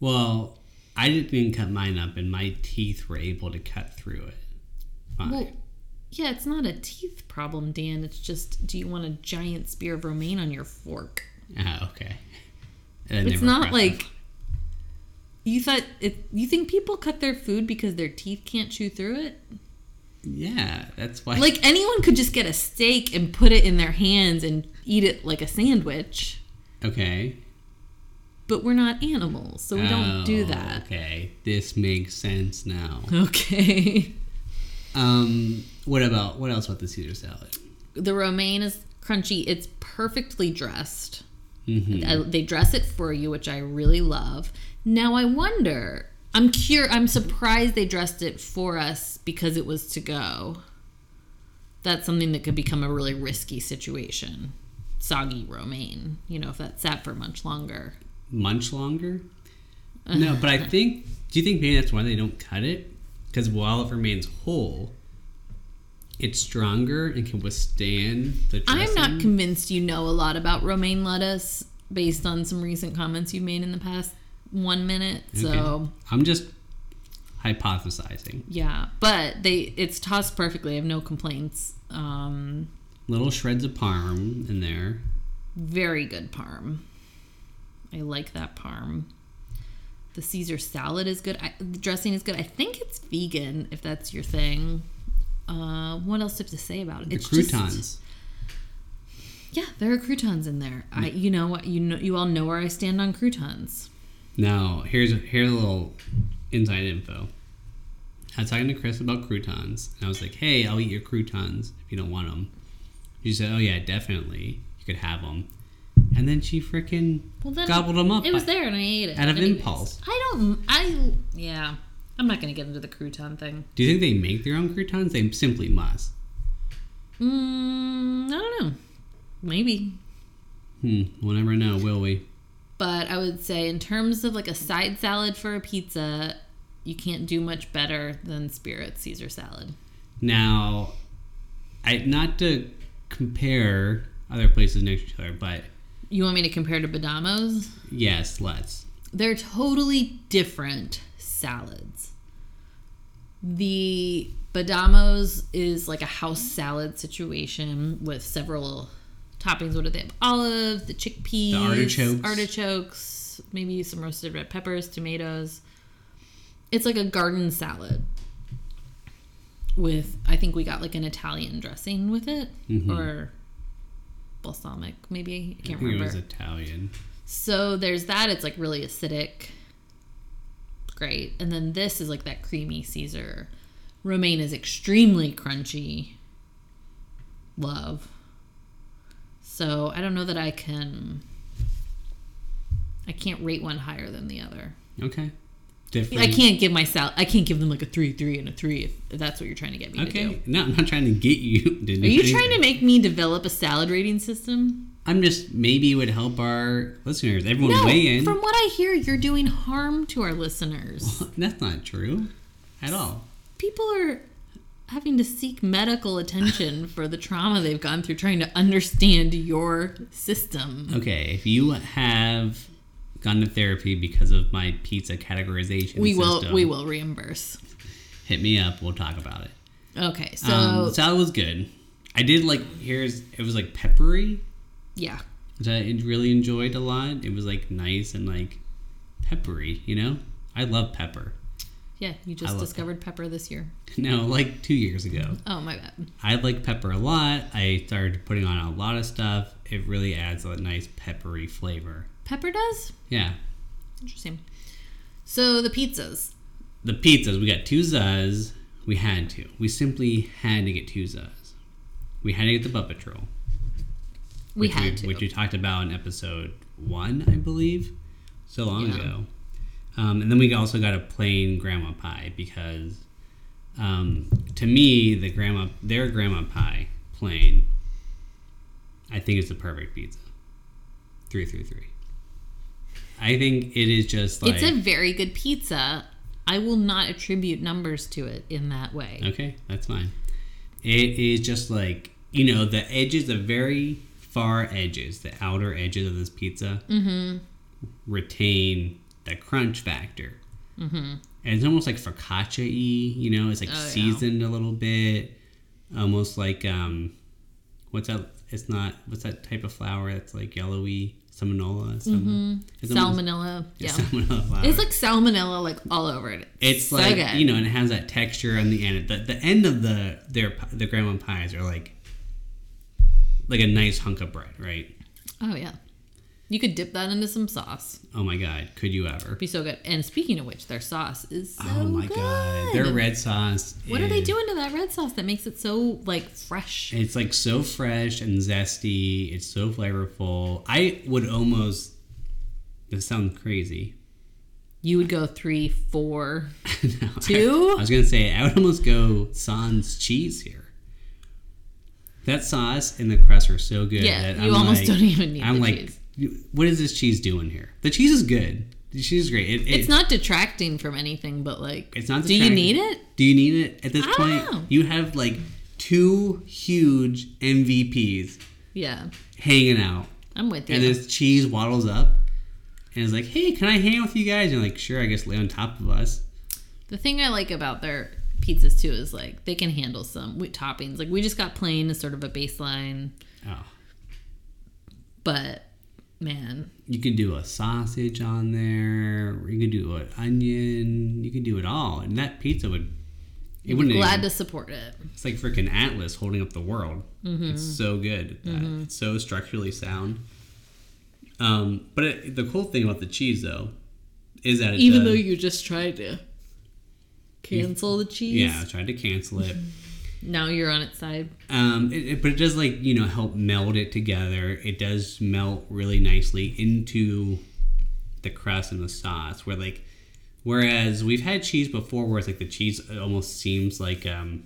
[SPEAKER 2] Well, I didn't even cut mine up, and my teeth were able to cut through it. Fine.
[SPEAKER 3] Well, yeah, it's not a teeth problem, Dan. It's just, do you want a giant spear of romaine on your fork?
[SPEAKER 2] Ah, okay. That
[SPEAKER 3] it's
[SPEAKER 2] never
[SPEAKER 3] not
[SPEAKER 2] crossed my
[SPEAKER 3] like you thought. It, you think people cut their food because their teeth can't chew through it?
[SPEAKER 2] Yeah, that's why.
[SPEAKER 3] Like anyone could just get a steak and put it in their hands and eat it like a sandwich,
[SPEAKER 2] okay.
[SPEAKER 3] but we're not animals, so we don't do
[SPEAKER 2] Oh,
[SPEAKER 3] that.
[SPEAKER 2] Okay, this makes sense now.
[SPEAKER 3] Okay.
[SPEAKER 2] Um, what about what else about the Caesar salad?
[SPEAKER 3] The romaine is crunchy. It's perfectly dressed.
[SPEAKER 2] Mhm.
[SPEAKER 3] I, they dress it for you, which I really love. Now I wonder. I'm cur. I'm surprised they dressed it for us because it was to go. That's something that could become a really risky situation. Soggy romaine, you know, if that sat for much longer.
[SPEAKER 2] Munch longer? No, but I think. Do you think maybe that's why they don't cut it? Because while it remains whole, it's stronger and can withstand the. Dressing.
[SPEAKER 3] I'm not convinced you know a lot about romaine lettuce based on some recent comments you've made in the past one minute. So.
[SPEAKER 2] Okay. I'm just hypothesizing.
[SPEAKER 3] Yeah, but they it's tossed perfectly. I have no complaints. Um,
[SPEAKER 2] Little shreds of parm in there.
[SPEAKER 3] very good parm. I like that parm. The Caesar salad is good. I, the dressing is good. I think it's vegan if that's your thing. Uh, what else do I have to say about it?
[SPEAKER 2] The
[SPEAKER 3] It's just-
[SPEAKER 2] croutons.
[SPEAKER 3] yeah, there are croutons in there. I you know what you know you all know where I stand on croutons.
[SPEAKER 2] Now, here's here's a little inside info. I was talking to Chris about croutons, and I was like, "Hey, I'll eat your croutons if you don't want them." She said, "Oh yeah, definitely, you could have them." And then she freaking
[SPEAKER 3] Well, then
[SPEAKER 2] gobbled them up.
[SPEAKER 3] It was
[SPEAKER 2] by-
[SPEAKER 3] there and I ate it
[SPEAKER 2] out of
[SPEAKER 3] Anyways,
[SPEAKER 2] impulse.
[SPEAKER 3] I don't. I yeah. I'm not gonna get into the crouton thing.
[SPEAKER 2] Do you think they make their own croutons? They simply must.
[SPEAKER 3] Mm, I don't know. Maybe.
[SPEAKER 2] Hmm. We'll never know, will we?
[SPEAKER 3] But I would say, in terms of like a side salad for a pizza, you can't do much better than Spirit Caesar salad.
[SPEAKER 2] Now, I not to compare other places next to each other, but
[SPEAKER 3] You want me to compare to Badamo's?
[SPEAKER 2] yes, let's.
[SPEAKER 3] They're totally different salads. The Badamo's is like a house salad situation with several toppings. What do they have? Olive, the chickpeas,
[SPEAKER 2] The artichokes.
[SPEAKER 3] artichokes, maybe some roasted red peppers, tomatoes. It's like a garden salad with, I think we got like an Italian dressing with it or balsamic, maybe.
[SPEAKER 2] Mm-hmm.
[SPEAKER 3] I
[SPEAKER 2] I
[SPEAKER 3] can't
[SPEAKER 2] think it
[SPEAKER 3] remember.
[SPEAKER 2] was Italian.
[SPEAKER 3] So there's that. It's like really acidic. Great. And then this is like that creamy Caesar. Romaine is extremely crunchy. Love. So I don't know that I can. I can't rate one higher than the other.
[SPEAKER 2] Okay. Different.
[SPEAKER 3] I can't give my sal- I can't give them like a three, three, and a three if, if that's what you're trying to get me to do.
[SPEAKER 2] Okay. No, I'm not trying to get you. To
[SPEAKER 3] Are you trying to make me develop a salad rating system?
[SPEAKER 2] I'm just maybe it would help our listeners. Everyone
[SPEAKER 3] No.
[SPEAKER 2] weigh in.
[SPEAKER 3] From what I hear, you're doing harm to our listeners.
[SPEAKER 2] That's not true, at all.
[SPEAKER 3] people are having to seek medical attention for the trauma they've gone through trying to understand your system.
[SPEAKER 2] Okay, if you have gone to therapy because of my pizza categorization,
[SPEAKER 3] We will
[SPEAKER 2] system,
[SPEAKER 3] we will reimburse.
[SPEAKER 2] hit me up. We'll talk about it.
[SPEAKER 3] Okay, so
[SPEAKER 2] Um, the salad was good. I did like here's it was like peppery,
[SPEAKER 3] yeah.
[SPEAKER 2] which I really enjoyed a lot. It was like nice and like peppery. You know, I love pepper.
[SPEAKER 3] Yeah, you
[SPEAKER 2] I
[SPEAKER 3] just
[SPEAKER 2] love
[SPEAKER 3] discovered pepper this year.
[SPEAKER 2] No, like two years ago.
[SPEAKER 3] Oh my bad.
[SPEAKER 2] I like pepper a lot. I started putting on a lot of stuff. It really adds a nice peppery flavor.
[SPEAKER 3] Pepper does?
[SPEAKER 2] Yeah.
[SPEAKER 3] Interesting. So the pizzas.
[SPEAKER 2] The pizzas, we got two Zuz. We had to. We simply had to get two Zuz. We had to get the Butt Patrol.
[SPEAKER 3] We
[SPEAKER 2] which
[SPEAKER 3] had to.
[SPEAKER 2] Which we talked about in episode one, I believe, so long
[SPEAKER 3] Yeah.
[SPEAKER 2] ago. Um, and then we also got a plain grandma pie because, um, to me, the grandma their grandma pie plain, I think it's the perfect pizza. Three three three. I think it is just like
[SPEAKER 3] it's a very good pizza. I will not attribute numbers to it in that way.
[SPEAKER 2] Okay, that's fine. It is just like you know the edges, the very far edges, the outer edges of this pizza
[SPEAKER 3] Mm-hmm.
[SPEAKER 2] retain the crunch factor, mm-hmm. and it's almost like focaccia y. You know, it's like
[SPEAKER 3] Oh, yeah.
[SPEAKER 2] seasoned a little bit, almost like um, what's that? It's not what's that type of flour that's like yellowy salmonella. Salmonella. It's almost-
[SPEAKER 3] Salmonella. Mm-hmm. Yeah.
[SPEAKER 2] it's salmonella flour.
[SPEAKER 3] It's like salmonella like all over it.
[SPEAKER 2] It's
[SPEAKER 3] so
[SPEAKER 2] like
[SPEAKER 3] good.
[SPEAKER 2] you know, and it has that texture on the end. The, the end of the their pi- the grandma pies are like like a nice hunk of bread, right?
[SPEAKER 3] Oh yeah. You could dip that into some sauce.
[SPEAKER 2] Oh my god, could you ever?
[SPEAKER 3] Be so good. And speaking of which, their sauce is so
[SPEAKER 2] oh my
[SPEAKER 3] good.
[SPEAKER 2] god, their red sauce.
[SPEAKER 3] What are they
[SPEAKER 2] is-
[SPEAKER 3] doing to that red sauce that makes it so like fresh?
[SPEAKER 2] It's like so fresh and zesty. It's so flavorful. I would almost. This sounds crazy.
[SPEAKER 3] You would go three, four.
[SPEAKER 2] No, I-
[SPEAKER 3] Two?
[SPEAKER 2] I, was gonna say I would almost go sans cheese here. That sauce and the crust are so good.
[SPEAKER 3] Yeah,
[SPEAKER 2] that
[SPEAKER 3] you almost
[SPEAKER 2] like-
[SPEAKER 3] don't even need
[SPEAKER 2] I'm
[SPEAKER 3] the
[SPEAKER 2] like,
[SPEAKER 3] cheese.
[SPEAKER 2] "You- what is this cheese doing here? The cheese is good. The cheese is great. It,
[SPEAKER 3] It's
[SPEAKER 2] it-
[SPEAKER 3] not detracting from anything, but like,
[SPEAKER 2] It's not.
[SPEAKER 3] Do you
[SPEAKER 2] distracting.
[SPEAKER 3] need it?
[SPEAKER 2] Do you need it at this
[SPEAKER 3] I don't
[SPEAKER 2] point?
[SPEAKER 3] know.
[SPEAKER 2] You have like two huge MVPs
[SPEAKER 3] Yeah,
[SPEAKER 2] hanging out,
[SPEAKER 3] I'm with you.
[SPEAKER 2] and this cheese waddles up, and is like, "Hey, can I hang out with you guys?" And you're like, "Sure, I guess lay on top of us."
[SPEAKER 3] The thing I like about their pizzas too is like they can handle some with toppings. Like we just got plain as sort of a baseline,
[SPEAKER 2] Oh.
[SPEAKER 3] but man,
[SPEAKER 2] You could do a sausage on there, or you could do an onion. You could do it all, and that pizza would. It wouldn't.
[SPEAKER 3] glad
[SPEAKER 2] even-
[SPEAKER 3] to support it.
[SPEAKER 2] it's like freaking Atlas holding up the world.
[SPEAKER 3] Mm-hmm.
[SPEAKER 2] It's so good. at that. It's so structurally sound. Um, but it, the cool thing about the cheese, though, is that it
[SPEAKER 3] Even
[SPEAKER 2] does-
[SPEAKER 3] though you just tried to cancel the cheese,
[SPEAKER 2] yeah, I tried to cancel it.
[SPEAKER 3] now you're on its side.
[SPEAKER 2] Um, it, it- but it does like you know help meld it together. It does melt really nicely into the crust and the sauce. Where like, whereas we've had cheese before, where it's like the cheese almost seems like um,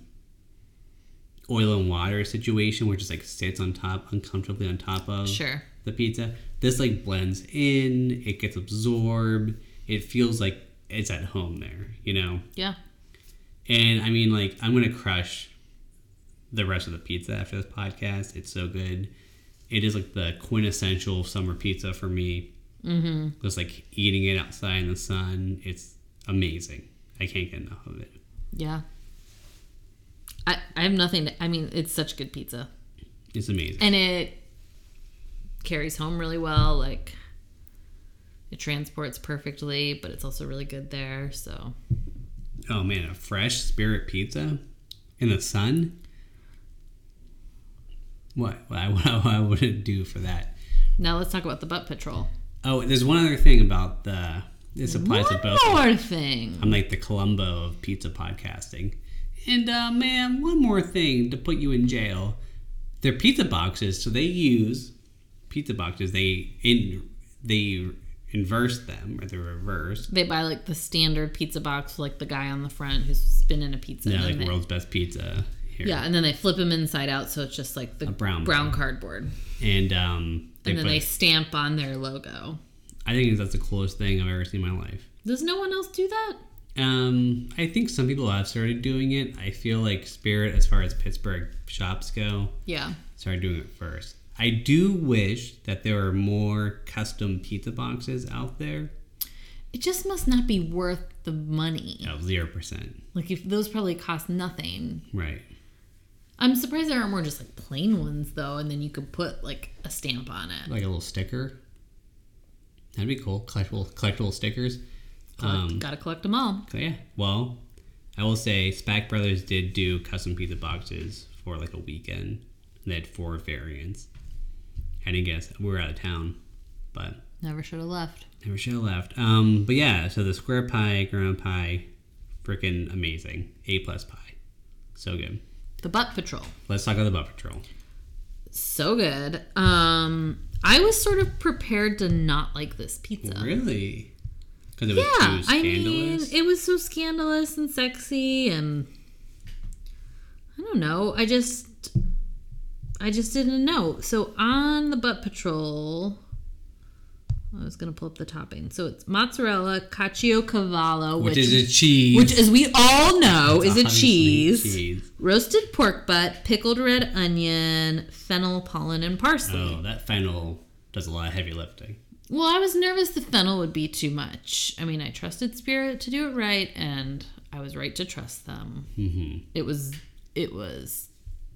[SPEAKER 2] oil and water situation, where it just like sits on top uncomfortably on top of
[SPEAKER 3] Sure.
[SPEAKER 2] the pizza. This like blends in. It gets absorbed. It feels like it's at home there. You know.
[SPEAKER 3] Yeah.
[SPEAKER 2] And I mean, like, I'm gonna crush the rest of the pizza after this podcast. It's so good. It is like the quintessential summer pizza for me. Mm-hmm. Just like eating it outside in the sun, it's amazing. I can't get enough of it.
[SPEAKER 3] Yeah. I, I have nothing to, I mean, it's such good pizza.
[SPEAKER 2] It's amazing.
[SPEAKER 3] And it carries home really well. Like, it transports perfectly, but it's also really good there. So,
[SPEAKER 2] oh man, a fresh spirit pizza in the sun. What I, what I wouldn't do for that.
[SPEAKER 3] now let's talk about the butt patrol.
[SPEAKER 2] Oh, there's one other thing about the. This applies to
[SPEAKER 3] One
[SPEAKER 2] both.
[SPEAKER 3] more thing.
[SPEAKER 2] I'm like the Columbo of pizza podcasting. And uh, man, one more thing to put you in jail. They're pizza boxes, so they use pizza boxes. They in they inverse them or they reverse.
[SPEAKER 3] They buy like the standard pizza box, with, like the guy on the front who's spinning a pizza.
[SPEAKER 2] Yeah,
[SPEAKER 3] and then
[SPEAKER 2] like
[SPEAKER 3] they-
[SPEAKER 2] world's best pizza here.
[SPEAKER 3] yeah, and then they flip them inside out, so it's just like the
[SPEAKER 2] brown
[SPEAKER 3] brown, cardboard.
[SPEAKER 2] And um, they
[SPEAKER 3] And then
[SPEAKER 2] put,
[SPEAKER 3] they stamp on their logo.
[SPEAKER 2] I think that's the coolest thing I've ever seen in my life.
[SPEAKER 3] Does no one else do that?
[SPEAKER 2] Um, I think some people have started doing it. I feel like Spirit, as far as Pittsburgh shops go,
[SPEAKER 3] Yeah.
[SPEAKER 2] started doing it first. I do wish that there were more custom pizza boxes out there.
[SPEAKER 3] It just must not be worth the money.
[SPEAKER 2] No, zero percent.
[SPEAKER 3] Like if those probably cost nothing.
[SPEAKER 2] Right.
[SPEAKER 3] I'm surprised there aren't more just like plain ones though, and then you could put like a stamp on it.
[SPEAKER 2] Like a little sticker. That'd be cool. Collectible collectible stickers.
[SPEAKER 3] Collect-
[SPEAKER 2] Um
[SPEAKER 3] Gotta collect them all.
[SPEAKER 2] so yeah. Well, I will say Spack Brothers did do custom pizza boxes for like a weekend. They had four variants. I didn't guess we were out of town, but
[SPEAKER 3] Never should have left.
[SPEAKER 2] Never should have left. Um, but yeah, so the square pie, ground pie, freaking amazing. A plus pie. So good.
[SPEAKER 3] The butt patrol.
[SPEAKER 2] Let's talk about the Buff Patrol.
[SPEAKER 3] So good. Um I was sort of prepared to not like this pizza.
[SPEAKER 2] Really? Because it was
[SPEAKER 3] Yeah,
[SPEAKER 2] too
[SPEAKER 3] I mean,
[SPEAKER 2] scandalous.
[SPEAKER 3] it was so scandalous and sexy, and I don't know. I just, I just didn't know. So on the butt patrol, I was gonna pull up the topping. So it's mozzarella, cacio cavallo, which,
[SPEAKER 2] which, is a cheese.
[SPEAKER 3] which, as we all know, is a
[SPEAKER 2] Obviously
[SPEAKER 3] cheese,
[SPEAKER 2] cheese.
[SPEAKER 3] roasted pork butt, pickled red onion, fennel, pollen, and parsley.
[SPEAKER 2] Oh, that fennel does a lot of heavy lifting.
[SPEAKER 3] Well, I was nervous the fennel would be too much. I mean, I trusted Spirit to do it right, and I was right to trust them. Mm-hmm. It was, it was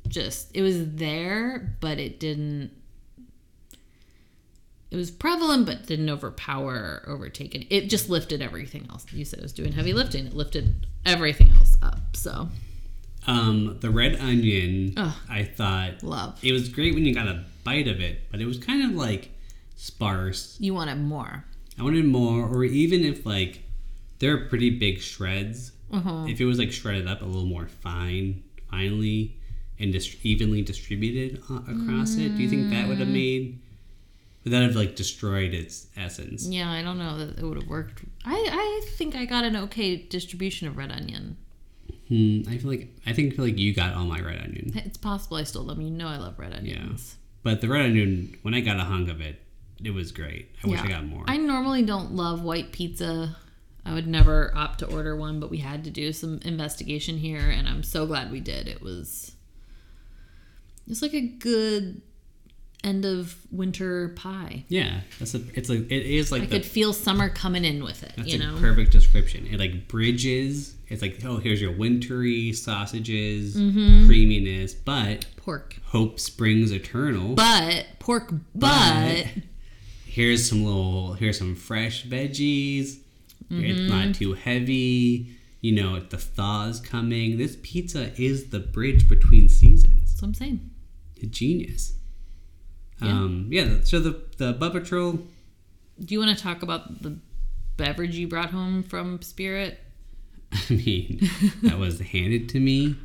[SPEAKER 3] just, it was there, but it didn't. it was prevalent but didn't overpower or overtake it. It just lifted everything else. You said it was doing heavy lifting. It lifted everything else up. So
[SPEAKER 2] Um, the red onion,
[SPEAKER 3] Ugh.
[SPEAKER 2] I thought
[SPEAKER 3] love.
[SPEAKER 2] it was great when you got a bite of it, but it was kind of like sparse.
[SPEAKER 3] You want it more.
[SPEAKER 2] I wanted more, or even if like they're pretty big shreds,
[SPEAKER 3] Uh-huh.
[SPEAKER 2] if it was like shredded up a little more fine, finely, and dis- evenly distributed uh, across it, do you think that would
[SPEAKER 3] Mm.
[SPEAKER 2] have made? Would that have like destroyed its essence?
[SPEAKER 3] Yeah, I don't know that it would have worked. I, I think I got an okay distribution of red onion.
[SPEAKER 2] Hmm, I feel like I think feel like you got all my red onion,
[SPEAKER 3] It's possible I stole them. You know I love red onions.
[SPEAKER 2] but the red onion when I got a hung of it, it was great. I wish I got more.
[SPEAKER 3] I normally don't love white pizza. I would never opt to order one, but we had to do some investigation here, and I'm so glad we did. It was it's like a good end of winter pie.
[SPEAKER 2] yeah, that's a. It's like it is like
[SPEAKER 3] I
[SPEAKER 2] the
[SPEAKER 3] could feel summer coming in with it,
[SPEAKER 2] That's
[SPEAKER 3] you
[SPEAKER 2] a
[SPEAKER 3] know.
[SPEAKER 2] perfect description. It like bridges. It's like, oh, here's your wintry sausages,
[SPEAKER 3] Mm-hmm.
[SPEAKER 2] creaminess, but
[SPEAKER 3] pork,
[SPEAKER 2] hope springs eternal.
[SPEAKER 3] but pork, but,
[SPEAKER 2] here's some little, here's some fresh veggies. It's not too heavy. You know, the thaw's coming. This pizza is the bridge between seasons.
[SPEAKER 3] that's what I'm saying.
[SPEAKER 2] Genius. Um, yeah. So the the Bubba Patrol
[SPEAKER 3] Do you want to talk about the beverage you brought home from Spirit?
[SPEAKER 2] I mean, that was handed to me.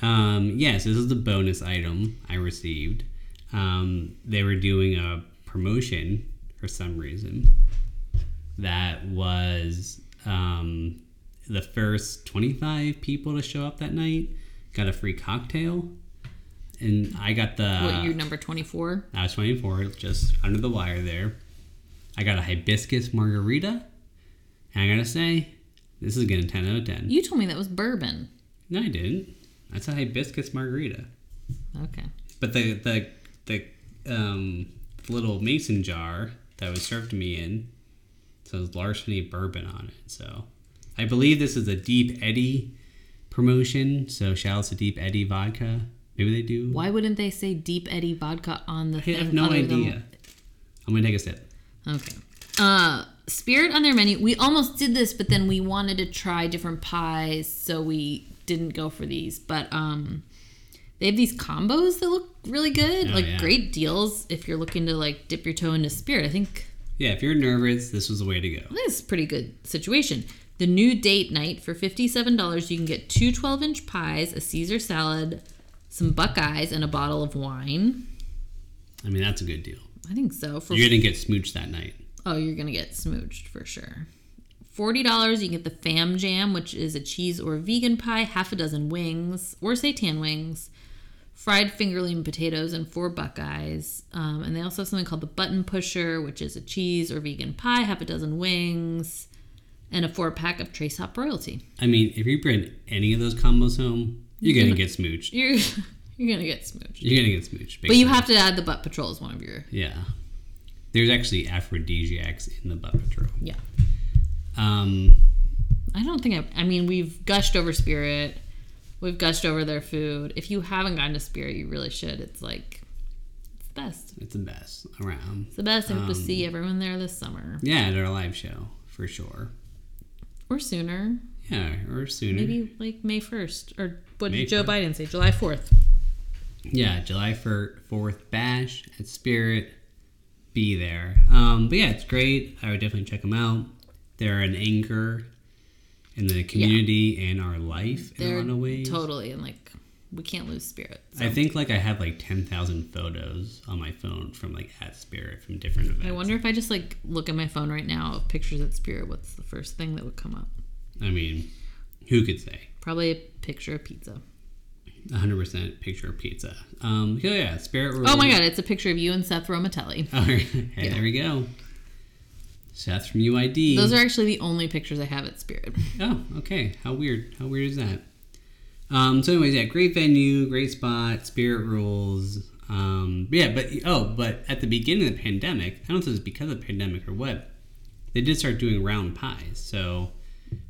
[SPEAKER 2] Um, yes, this is the bonus item I received. Um, they were doing a promotion for some reason that was um, the first 25 people to show up that night got a free cocktail. And I got the.
[SPEAKER 3] what you number 24?
[SPEAKER 2] I was 24, just under the wire there. I got a hibiscus margarita. And I gotta say, this is getting 10 out of 10.
[SPEAKER 3] You told me that was bourbon.
[SPEAKER 2] No, I didn't. That's a hibiscus margarita.
[SPEAKER 3] Okay.
[SPEAKER 2] But the the the um, little mason jar that was served to me in says larceny bourbon on it. So I believe this is a Deep Eddy promotion. So shout out to Deep Eddy Vodka. Maybe they do.
[SPEAKER 3] Why wouldn't they say Deep Eddy vodka on the
[SPEAKER 2] I
[SPEAKER 3] thing?
[SPEAKER 2] have no
[SPEAKER 3] other than-
[SPEAKER 2] idea. I'm gonna take a sip.
[SPEAKER 3] Okay. Uh, Spirit on their menu. We almost did this, but then we wanted to try different pies, so we didn't go for these. But um, they have these combos that look really good,
[SPEAKER 2] Oh,
[SPEAKER 3] like
[SPEAKER 2] yeah.
[SPEAKER 3] great deals if you're looking to like dip your toe into Spirit. I think
[SPEAKER 2] Yeah, if you're nervous, this was the way to go.
[SPEAKER 3] this is a pretty good situation. The new date night for $57, you can get two 12 inch pies, a Caesar salad, some Buckeyes, and a bottle of wine.
[SPEAKER 2] I mean, that's a good deal.
[SPEAKER 3] I think so. For
[SPEAKER 2] You're gonna get smooched that night.
[SPEAKER 3] Oh, you're gonna get smooched for sure. Forty dollars, you can get the fam jam, which is a cheese or vegan pie, half a dozen wings or seitan wings, fried fingerling potatoes, and four buckeyes. Um, and they also have something called the button pusher, which is a cheese or vegan pie, half a dozen wings, and a four pack of Trace Hop Royalty.
[SPEAKER 2] I mean, if you bring any of those combos home, you're
[SPEAKER 3] Mm-hmm.
[SPEAKER 2] gonna get smooched.
[SPEAKER 3] You're you're gonna get smooched,
[SPEAKER 2] You're gonna get smooched.
[SPEAKER 3] but you
[SPEAKER 2] basically.
[SPEAKER 3] have to add the butt patrol as one of your
[SPEAKER 2] Yeah. There's actually aphrodisiacs in the Butt Patrol.
[SPEAKER 3] yeah.
[SPEAKER 2] Um,
[SPEAKER 3] I don't think I. I mean, we've gushed over Spirit. We've gushed over their food. If you haven't gone to Spirit, you really should. It's like it's the best.
[SPEAKER 2] it's the best around.
[SPEAKER 3] It's the best. I
[SPEAKER 2] Um,
[SPEAKER 3] hope to see everyone there this summer
[SPEAKER 2] Yeah, at our live show for sure.
[SPEAKER 3] or sooner.
[SPEAKER 2] Yeah, or sooner.
[SPEAKER 3] Maybe like May first or what
[SPEAKER 2] May
[SPEAKER 3] did Joe
[SPEAKER 2] 1st.
[SPEAKER 3] Biden say? July fourth.
[SPEAKER 2] Yeah, July fir- 4th bash at Spirit. Be there. Um, but yeah, it's great. I would definitely check them out. They're an anchor in the community and our life in a
[SPEAKER 3] They're
[SPEAKER 2] lot of ways.
[SPEAKER 3] totally and like we can't lose Spirit.
[SPEAKER 2] I think like I have like ten thousand photos on my phone from like at Spirit from different events.
[SPEAKER 3] I wonder if I just like look at my phone right now of pictures at Spirit. What's the first thing that would come up?
[SPEAKER 2] I mean, who could say?
[SPEAKER 3] Probably a picture of pizza.
[SPEAKER 2] 100% picture of pizza. Um, yeah, yeah, Spirit Rules.
[SPEAKER 3] Oh my god, it's a picture of you and Seth Romatelli.
[SPEAKER 2] All right. Hey, there we go. Seth from UID.
[SPEAKER 3] Those are actually the only pictures I have at Spirit.
[SPEAKER 2] Oh, okay. How weird. How weird is that? Um, so, anyways, yeah, great venue, great spot, Spirit Rules. Um, yeah, but oh, but at the beginning of the pandemic, I don't know if it was because of the pandemic or what, they did start doing round pies. So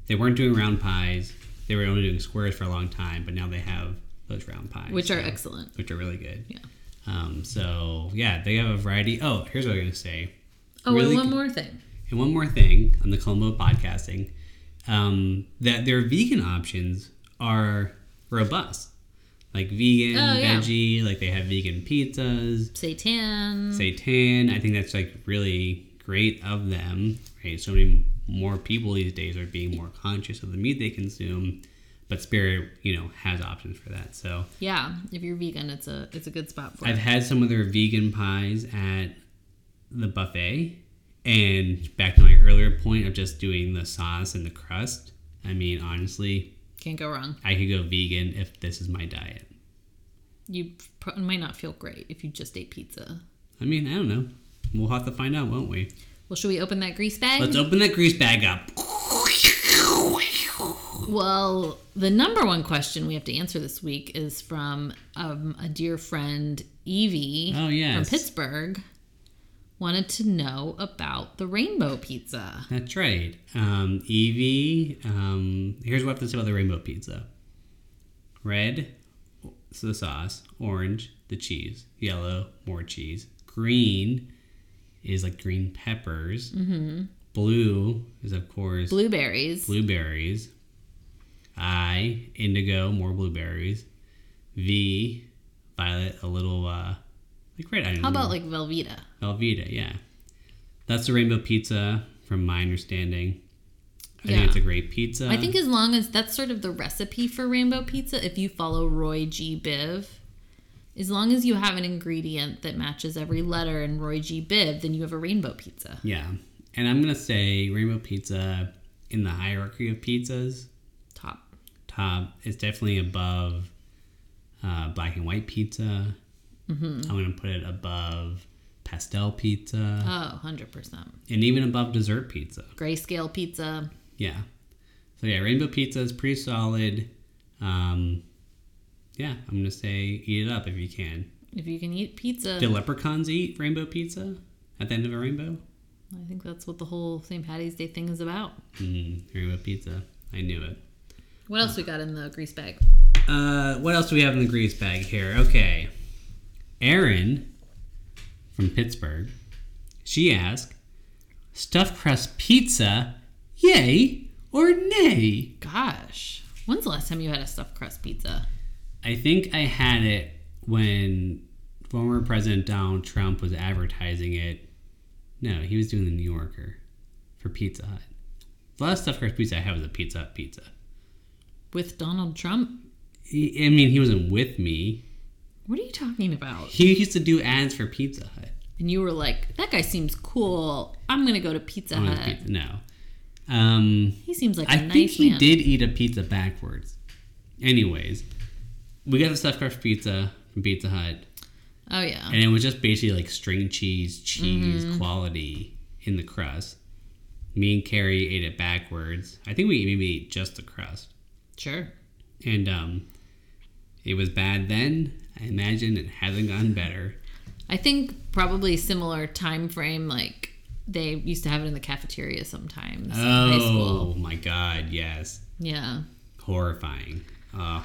[SPEAKER 2] they weren't doing round pies; they were only doing squares for a long time. But now they have those round pies,
[SPEAKER 3] which are
[SPEAKER 2] so-
[SPEAKER 3] excellent.
[SPEAKER 2] which are really good.
[SPEAKER 3] Yeah.
[SPEAKER 2] Um, so yeah, they have a variety. Oh, here's what I'm gonna say.
[SPEAKER 3] Oh,
[SPEAKER 2] Really
[SPEAKER 3] and one
[SPEAKER 2] good-
[SPEAKER 3] more thing.
[SPEAKER 2] And one more thing on the Colombo podcasting, um, that their vegan options are robust, like vegan
[SPEAKER 3] Oh, yeah.
[SPEAKER 2] veggie. Like they have vegan pizzas,
[SPEAKER 3] Satan.
[SPEAKER 2] seitan. I think that's like really great of them. Right, so many more people these days are being more conscious of the meat they consume, but Spirit, you know, has options for that. So
[SPEAKER 3] Yeah, if you're vegan, it's a it's a good spot for
[SPEAKER 2] I've
[SPEAKER 3] it.
[SPEAKER 2] had some of their vegan pies at the buffet. And back to my earlier point of just doing the sauce and the crust. I mean, honestly,
[SPEAKER 3] Can't go wrong.
[SPEAKER 2] I could go vegan if this is my diet.
[SPEAKER 3] You pro- might not feel great if you just ate pizza.
[SPEAKER 2] I mean, I don't know. We'll have to find out, won't we?
[SPEAKER 3] Well, should we open that grease bag?
[SPEAKER 2] Let's open that grease bag up.
[SPEAKER 3] Well, the number one question we have to answer this week is from um, a dear friend, Evie
[SPEAKER 2] Oh,
[SPEAKER 3] from
[SPEAKER 2] yes.
[SPEAKER 3] Pittsburgh, wanted to know about the rainbow pizza.
[SPEAKER 2] That's right. Um, Evie, um, here's what I have to say about the rainbow pizza red, so the sauce, orange, the cheese, yellow, more cheese, green is like green peppers, mm-hmm. blue is, of course,
[SPEAKER 3] Blueberries.
[SPEAKER 2] blueberries, I, indigo, more blueberries, V, violet, a little, uh, like red onion.
[SPEAKER 3] How about like Velveeta?
[SPEAKER 2] Velveeta, yeah. That's the rainbow pizza, from my understanding. I
[SPEAKER 3] Yeah.
[SPEAKER 2] think it's a great pizza.
[SPEAKER 3] I think as long as that's sort of the recipe for rainbow pizza, if you follow Roy G. Biv, as long as you have an ingredient that matches every letter in Roy G. Biv, then you have a rainbow pizza.
[SPEAKER 2] Yeah. And I'm going to say rainbow pizza in the hierarchy of pizzas,
[SPEAKER 3] Top.
[SPEAKER 2] top is definitely above uh, black and white pizza.
[SPEAKER 3] Mm-hmm.
[SPEAKER 2] I'm going to put it above pastel pizza
[SPEAKER 3] Oh, 100%.
[SPEAKER 2] and even above dessert pizza.
[SPEAKER 3] Grayscale pizza.
[SPEAKER 2] Yeah. So yeah, rainbow pizza is pretty solid. Um, yeah, I'm going to say eat it up if you can.
[SPEAKER 3] If you can eat pizza.
[SPEAKER 2] Do leprechauns eat rainbow pizza at the end of a rainbow?
[SPEAKER 3] I think that's what the whole St. Patty's Day thing is about.
[SPEAKER 2] Mm, rainbow pizza. I knew it.
[SPEAKER 3] What else we got in the grease bag?
[SPEAKER 2] Uh, what else do we have in the grease bag here? Okay. Erin from Pittsburgh, she asked, stuffed crust pizza, yay or nay?
[SPEAKER 3] Gosh, when's the last time you had a stuffed crust pizza?
[SPEAKER 2] I think I had it when former President Donald Trump was advertising it. No, he was doing the New Yorker for Pizza Hut. The last stuffed crust pizza I had was a Pizza Hut pizza.
[SPEAKER 3] With Donald Trump?
[SPEAKER 2] He, I mean, he wasn't with me.
[SPEAKER 3] What are you talking about?
[SPEAKER 2] He used to do ads for Pizza Hut.
[SPEAKER 3] And you were like, that guy seems cool. I'm going to go to Pizza
[SPEAKER 2] On his
[SPEAKER 3] Hut.
[SPEAKER 2] pizza- No. Um,
[SPEAKER 3] He seems like Uh-huh. a
[SPEAKER 2] I
[SPEAKER 3] nice
[SPEAKER 2] think he
[SPEAKER 3] man.
[SPEAKER 2] did eat a pizza backwards. Anyways, we got the stuffed crust pizza from Pizza Hut,
[SPEAKER 3] Oh, yeah.
[SPEAKER 2] and it was just basically like string cheese, cheese
[SPEAKER 3] Mm-hmm.
[SPEAKER 2] quality in the crust. Me and Carrie ate it backwards. I think we maybe ate just the crust.
[SPEAKER 3] Sure.
[SPEAKER 2] And um, it was bad then. I imagine it hasn't gotten better.
[SPEAKER 3] I think probably similar time frame, like they used to have it in the cafeteria sometimes in high school.
[SPEAKER 2] Oh my god, yes.
[SPEAKER 3] Yeah.
[SPEAKER 2] Horrifying. Uh,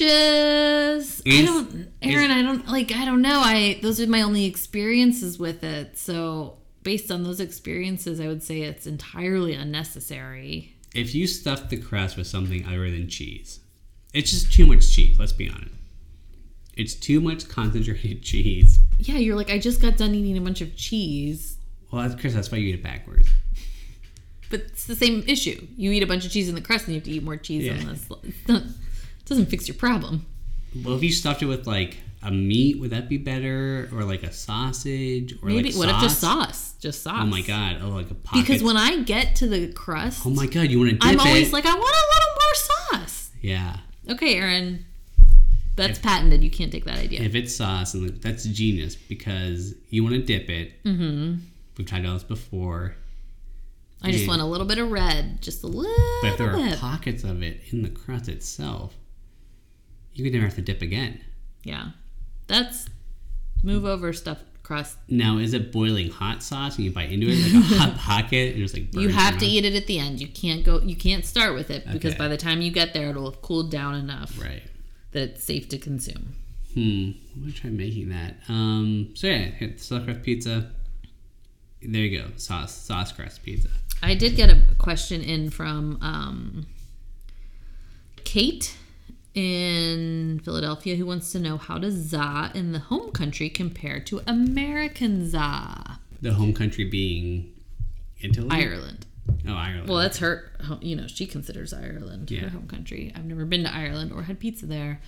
[SPEAKER 3] nutritious. I
[SPEAKER 2] Is-
[SPEAKER 3] don't, Aaron. I don't like. I don't know. I those are my only experiences with it. So based on those experiences, I would say it's entirely unnecessary.
[SPEAKER 2] if you stuff the crust with something other than cheese, it's just too much cheese, let's be honest. It's too much concentrated cheese.
[SPEAKER 3] Yeah, you're like I just got done eating a bunch of cheese,
[SPEAKER 2] Well, that's, Chris, that's why you eat it backwards.
[SPEAKER 3] but it's the same issue. You eat a bunch of cheese in the crust, and you have to eat more cheese
[SPEAKER 2] Yeah.
[SPEAKER 3] on this. It's not- It doesn't fix your problem.
[SPEAKER 2] Well, if you stuffed it with like a meat, would that be better? Or like a sausage? Or
[SPEAKER 3] Maybe
[SPEAKER 2] like
[SPEAKER 3] what if just sauce? Just sauce.
[SPEAKER 2] Oh my god! Oh, like a pocket.
[SPEAKER 3] Because when I get to the crust,
[SPEAKER 2] oh my god, you want to dip
[SPEAKER 3] I'm always
[SPEAKER 2] it?
[SPEAKER 3] like, I want a little more sauce.
[SPEAKER 2] yeah.
[SPEAKER 3] Okay, Aaron. That's patented. You can't take that idea.
[SPEAKER 2] If it's sauce, and that's genius because you want to dip
[SPEAKER 3] Mm.
[SPEAKER 2] it. Mm-hmm. We've tried all this before.
[SPEAKER 3] I just
[SPEAKER 2] yeah.
[SPEAKER 3] want a little bit of red, just a little
[SPEAKER 2] But if there are
[SPEAKER 3] bit.
[SPEAKER 2] pockets of it in the crust itself, you could never have to dip again.
[SPEAKER 3] yeah, that's move over stuffed crust.
[SPEAKER 2] Now, is it boiling hot sauce and you bite into it like a hot pocket and it's like burns
[SPEAKER 3] You
[SPEAKER 2] your
[SPEAKER 3] have to
[SPEAKER 2] mouth?
[SPEAKER 3] eat it at the end. You can't go. You can't start with it because
[SPEAKER 2] Okay.
[SPEAKER 3] by the time you get there, it'll have cooled down enough
[SPEAKER 2] Right.
[SPEAKER 3] that it's safe to consume.
[SPEAKER 2] Hmm. I'm gonna try making that. Um. So yeah, hit stuffed crust pizza. There you go. Sauce sauce crust pizza.
[SPEAKER 3] I did get a question in from um, Kate in Philadelphia who wants to know how does za in the home country compare to American za
[SPEAKER 2] The home country being Italy.
[SPEAKER 3] Ireland.
[SPEAKER 2] Oh, Ireland.
[SPEAKER 3] Well, that's her. You know, she considers Ireland
[SPEAKER 2] Yeah.
[SPEAKER 3] her home country. I've never been to Ireland or had pizza there.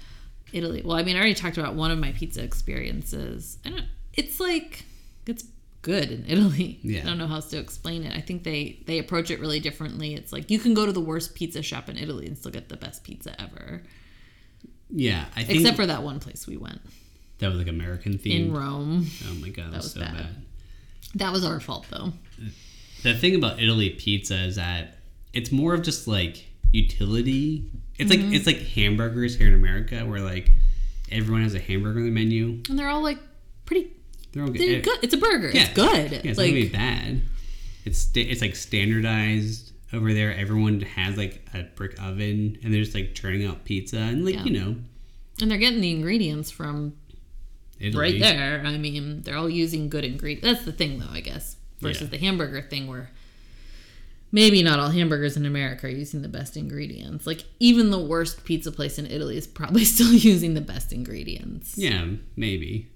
[SPEAKER 3] Italy. Well, I mean, I already talked about one of my pizza experiences. I don't. It's like it's good in Italy.
[SPEAKER 2] Yeah.
[SPEAKER 3] I don't know how else to explain it. I think they they approach it really differently. It's like you can go to the worst pizza shop in Italy and still get the best pizza ever,
[SPEAKER 2] yeah. I think
[SPEAKER 3] except for that one place we went
[SPEAKER 2] that was like American
[SPEAKER 3] in
[SPEAKER 2] themed.
[SPEAKER 3] Rome.
[SPEAKER 2] Oh my god, that was
[SPEAKER 3] was
[SPEAKER 2] so
[SPEAKER 3] bad.
[SPEAKER 2] bad.
[SPEAKER 3] That was our fault though.
[SPEAKER 2] the thing about Italy pizza is that it's more of just like utility. It's
[SPEAKER 3] Mm-hmm.
[SPEAKER 2] like it's like hamburgers here in America, where like everyone has a hamburger on the menu.
[SPEAKER 3] And they're all like pretty.
[SPEAKER 2] They're all
[SPEAKER 3] They're good. It's a burger.
[SPEAKER 2] Yeah.
[SPEAKER 3] It's good.
[SPEAKER 2] Yeah, it's
[SPEAKER 3] like
[SPEAKER 2] not gonna be bad. It's sta- it's like standardized over there. Everyone has like a brick oven, and they're just like churning out pizza, and like
[SPEAKER 3] Yeah.
[SPEAKER 2] you know,
[SPEAKER 3] and they're getting the ingredients from
[SPEAKER 2] Italy.
[SPEAKER 3] right there. I mean, they're all using good ingredients. That's the thing, though, I guess, versus
[SPEAKER 2] Yeah.
[SPEAKER 3] the hamburger thing where maybe not all hamburgers in America are using the best ingredients. Like, even the worst pizza place in Italy is probably still using the best ingredients.
[SPEAKER 2] Yeah, maybe.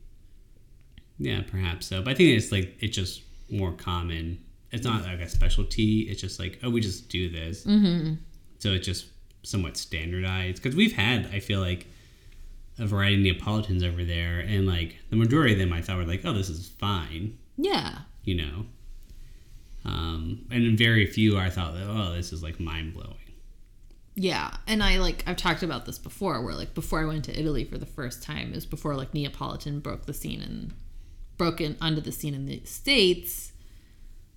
[SPEAKER 2] Yeah, perhaps so. But I think it's like it's just more common. It's not like a specialty. It's just like oh, we just do this. Mm-hmm. So it's just somewhat standardized because we've had I feel like a variety of Neapolitans over there, and like the majority of them I thought were like oh, this is fine,
[SPEAKER 3] Yeah.
[SPEAKER 2] you know. Um, and very few I thought that oh, this is like mind blowing.
[SPEAKER 3] Yeah, and I like I've talked about this before where like before I went to Italy for the first time, it was before like Neapolitan broke the scene and broken onto the scene in the States.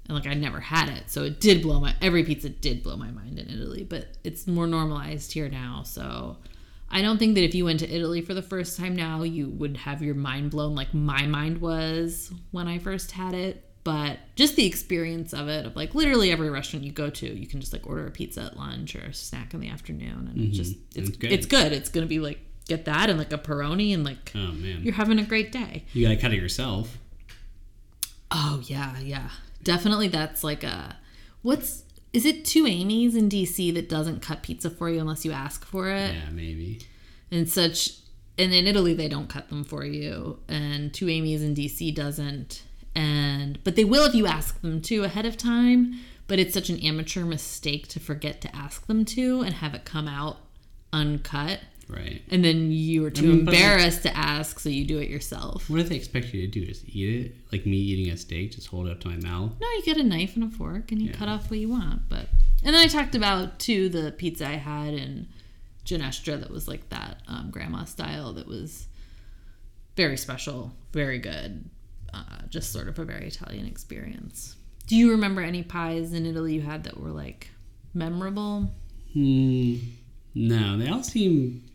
[SPEAKER 3] And like I never had it. So it did blow my every pizza did blow my mind in Italy, but it's more normalized here now. So I don't think that if you went to Italy for the first time now, you would have your mind blown like my mind was when I first had it. But just the experience of it, of like literally every restaurant you go to, you can just like order a pizza at lunch or a snack in the afternoon, and it's just it's
[SPEAKER 2] It's good.
[SPEAKER 3] it's good. It's gonna be like get that and like a pepperoni and like
[SPEAKER 2] Oh man,
[SPEAKER 3] you're having a great day.
[SPEAKER 2] you gotta cut it yourself.
[SPEAKER 3] Oh yeah, yeah. Definitely that's like a what's is it two Amy's in DC that doesn't cut pizza for you unless you ask for it?
[SPEAKER 2] Yeah, maybe.
[SPEAKER 3] And such and in Italy they don't cut them for you and two Amy's in DC doesn't and but they will if you ask them to ahead of time, but it's such an amateur mistake to forget to ask them to and have it come out uncut.
[SPEAKER 2] Right.
[SPEAKER 3] And then you are too
[SPEAKER 2] mean, but-
[SPEAKER 3] embarrassed to ask, so you do it yourself.
[SPEAKER 2] What do they expect you to do? Just eat it? Like me eating a steak, just hold it up to my mouth?
[SPEAKER 3] No, you get a knife and a fork and you
[SPEAKER 2] Yeah.
[SPEAKER 3] cut off what you want. But and then I talked about too the pizza I had in Ginestra that was like that um, grandma style that was very special, very good, uh, just sort of a very Italian experience. Do you remember any pies in Italy you had that were like memorable?
[SPEAKER 2] Hmm. No, they all seem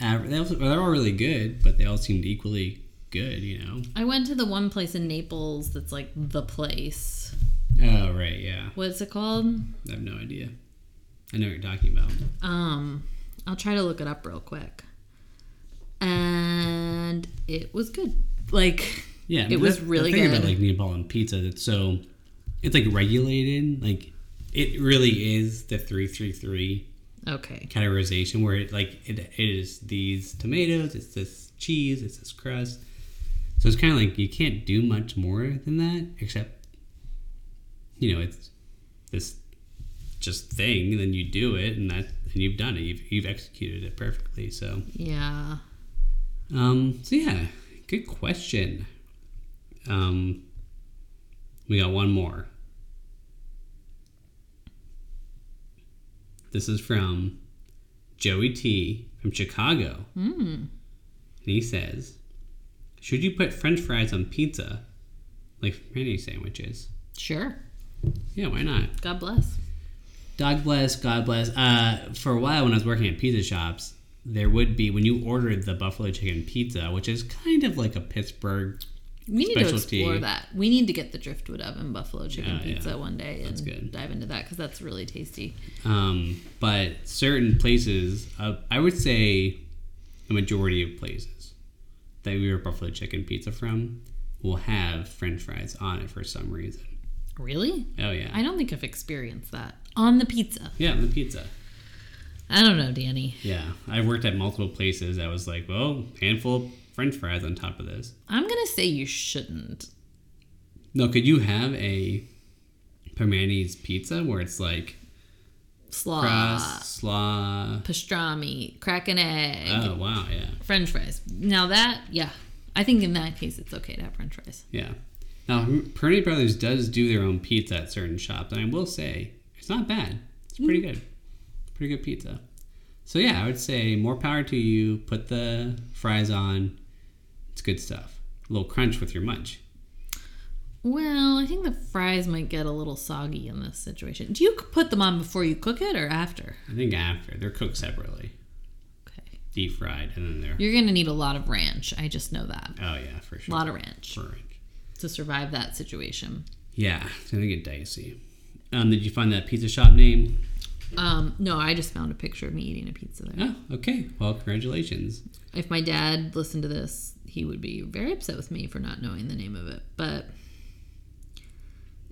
[SPEAKER 2] average. They all, well, they're all really good, but they all seemed equally good, you know?
[SPEAKER 3] I went to the one place in Naples that's like the place.
[SPEAKER 2] Oh, right, yeah.
[SPEAKER 3] What's it called?
[SPEAKER 2] I have no idea. I know what you're talking about.
[SPEAKER 3] Um, I'll try to look it up real quick. And it was good. Like,
[SPEAKER 2] Yeah, I
[SPEAKER 3] It
[SPEAKER 2] mean,
[SPEAKER 3] was
[SPEAKER 2] that's
[SPEAKER 3] really
[SPEAKER 2] the thing about
[SPEAKER 3] good.
[SPEAKER 2] like Neapolitan pizza. That's so it's like regulated. Like it really is the three three three
[SPEAKER 3] okay.
[SPEAKER 2] categorization where it like it, it is these tomatoes, it's this cheese, it's this crust. So it's kind of like you can't do much more than that, except you know it's this just thing. And then you do it, and that and you've done it. You've you've executed it perfectly. So
[SPEAKER 3] Yeah.
[SPEAKER 2] um, so yeah, good question. Um, we got one more. This is from Joey T from Chicago. Mm. And he says, "Should you put French fries on pizza, like mayonnaise sandwiches?
[SPEAKER 3] Sure.
[SPEAKER 2] Yeah, why not?
[SPEAKER 3] God bless.
[SPEAKER 2] God bless, God bless. Uh, for a while when I was working at pizza shops, there would be when you ordered the buffalo chicken pizza, which is kind of like a Pittsburgh.
[SPEAKER 3] We need to
[SPEAKER 2] Specialty.
[SPEAKER 3] explore that. We need to get the driftwood oven buffalo chicken
[SPEAKER 2] Yeah, yeah.
[SPEAKER 3] pizza one day and
[SPEAKER 2] good.
[SPEAKER 3] dive into that because that's really tasty.
[SPEAKER 2] Um, but certain places, uh, I would say, a majority of places, that we were buffalo chicken pizza from will have french fries on it for some reason.
[SPEAKER 3] Really?
[SPEAKER 2] Oh, yeah.
[SPEAKER 3] I don't think I've experienced that on the pizza.
[SPEAKER 2] yeah, the pizza.
[SPEAKER 3] I don't know, Danny.
[SPEAKER 2] Yeah. I worked at multiple places. I was like, well, handful of french fries on top of this.
[SPEAKER 3] I'm gonna say you shouldn't.
[SPEAKER 2] No, could you have a Permani's pizza where it's like
[SPEAKER 3] Slaw,
[SPEAKER 2] crust, slaw?
[SPEAKER 3] pastrami, crack an egg,
[SPEAKER 2] Oh, wow. Yeah.
[SPEAKER 3] French fries. Now that, yeah, I think in that case it's okay to have French fries.
[SPEAKER 2] Yeah. Now, Perny Brothers does do their own pizza at certain shops, and I will say it's not bad. It's pretty
[SPEAKER 3] Mm.
[SPEAKER 2] good. Pretty good pizza. So yeah, I would say more power to you. Put the fries on. It's good stuff. A little crunch with your munch.
[SPEAKER 3] Well, I think the fries might get a little soggy in this situation. Do you c- put them on before you cook it or after?
[SPEAKER 2] I think after they're cooked separately,
[SPEAKER 3] Okay.
[SPEAKER 2] deep fried, and then they're
[SPEAKER 3] You're gonna need a lot of ranch. I just know that.
[SPEAKER 2] oh yeah for
[SPEAKER 3] A
[SPEAKER 2] sure.
[SPEAKER 3] lot of ranch
[SPEAKER 2] For ranch.
[SPEAKER 3] to survive that situation.
[SPEAKER 2] Yeah, it's gonna get dicey. Um, did you find that pizza shop name?
[SPEAKER 3] Um, no, I just found a picture of me eating a pizza there.
[SPEAKER 2] Oh, okay. Well, congratulations.
[SPEAKER 3] If my dad listened to this, he would be very upset with me for not knowing the name of it. But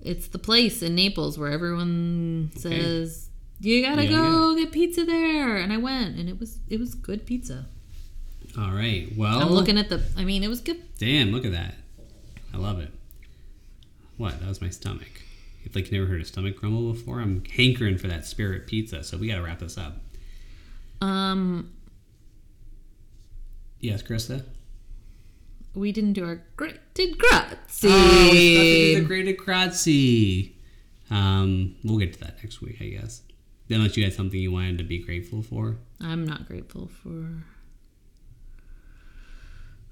[SPEAKER 3] it's the place in Naples where everyone says you gotta
[SPEAKER 2] You gotta
[SPEAKER 3] go get pizza there, and I went, and it was it was good pizza.
[SPEAKER 2] All right. Well,
[SPEAKER 3] I'm looking at the. I mean, it was good.
[SPEAKER 2] Damn, look at that. I love it. What? That was my stomach. If like you never heard a stomach grumble before, I'm hankering for that spirit pizza, so we gotta wrap this up.
[SPEAKER 3] Um,
[SPEAKER 2] Yes, Krista?
[SPEAKER 3] we didn't do our grated grazie.
[SPEAKER 2] Oh, we forgot to do the grated Kratzy. Um, we'll get to that next week, I guess. Then unless you had something you wanted to be grateful for.
[SPEAKER 3] I'm not grateful for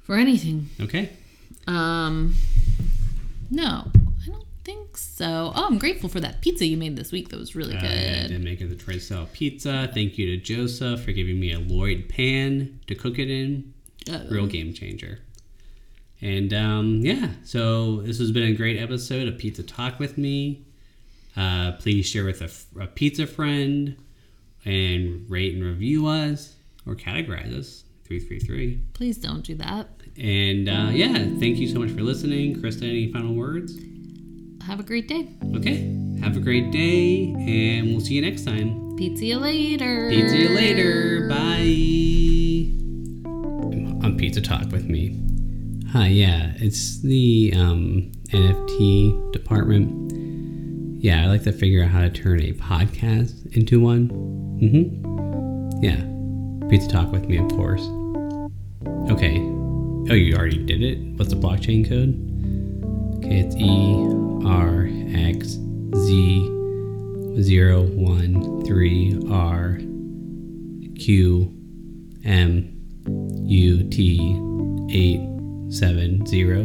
[SPEAKER 3] for anything.
[SPEAKER 2] Okay.
[SPEAKER 3] Um, no, I don't think so. Oh, I'm grateful for that pizza you made this week. That was really
[SPEAKER 2] Uh, yeah, I
[SPEAKER 3] good.
[SPEAKER 2] did make it the Troy style pizza. Thank you to Joseph for giving me a Lloyd pan to cook it in.
[SPEAKER 3] Uh,
[SPEAKER 2] real game changer. And um, yeah, so this has been a great episode of Pizza Talk with me. Uh, please share with a, f- a pizza friend and rate and review us or categorize us 333.
[SPEAKER 3] please don't do that.
[SPEAKER 2] And uh, yeah, thank you so much for listening. Krista, any final words?
[SPEAKER 3] Have a great day.
[SPEAKER 2] Okay, have a great day, and we'll see you next time.
[SPEAKER 3] Pizza you later.
[SPEAKER 2] Pizza you later. Bye. On Pizza Talk with me. Hi, yeah, it's the um, NFT department. Yeah, I like to figure out how to turn a podcast into one. Mm-hmm. Yeah, Pizza Talk with me, of course. Okay. Oh, you already did it. What's the blockchain code? Okay, it's E R X Z zero one three R Q M U T eight seven zero.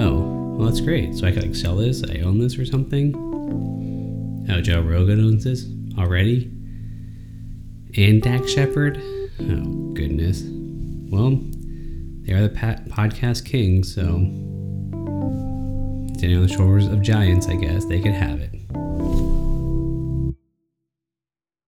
[SPEAKER 2] Oh, well that's great. So I could like sell this. I own this or something. Oh, Joe Rogan owns this already. And Dak Shepard. Oh goodness. Well, they are the pa- podcast kings, so standing on the shoulders of giants. I guess they could have it.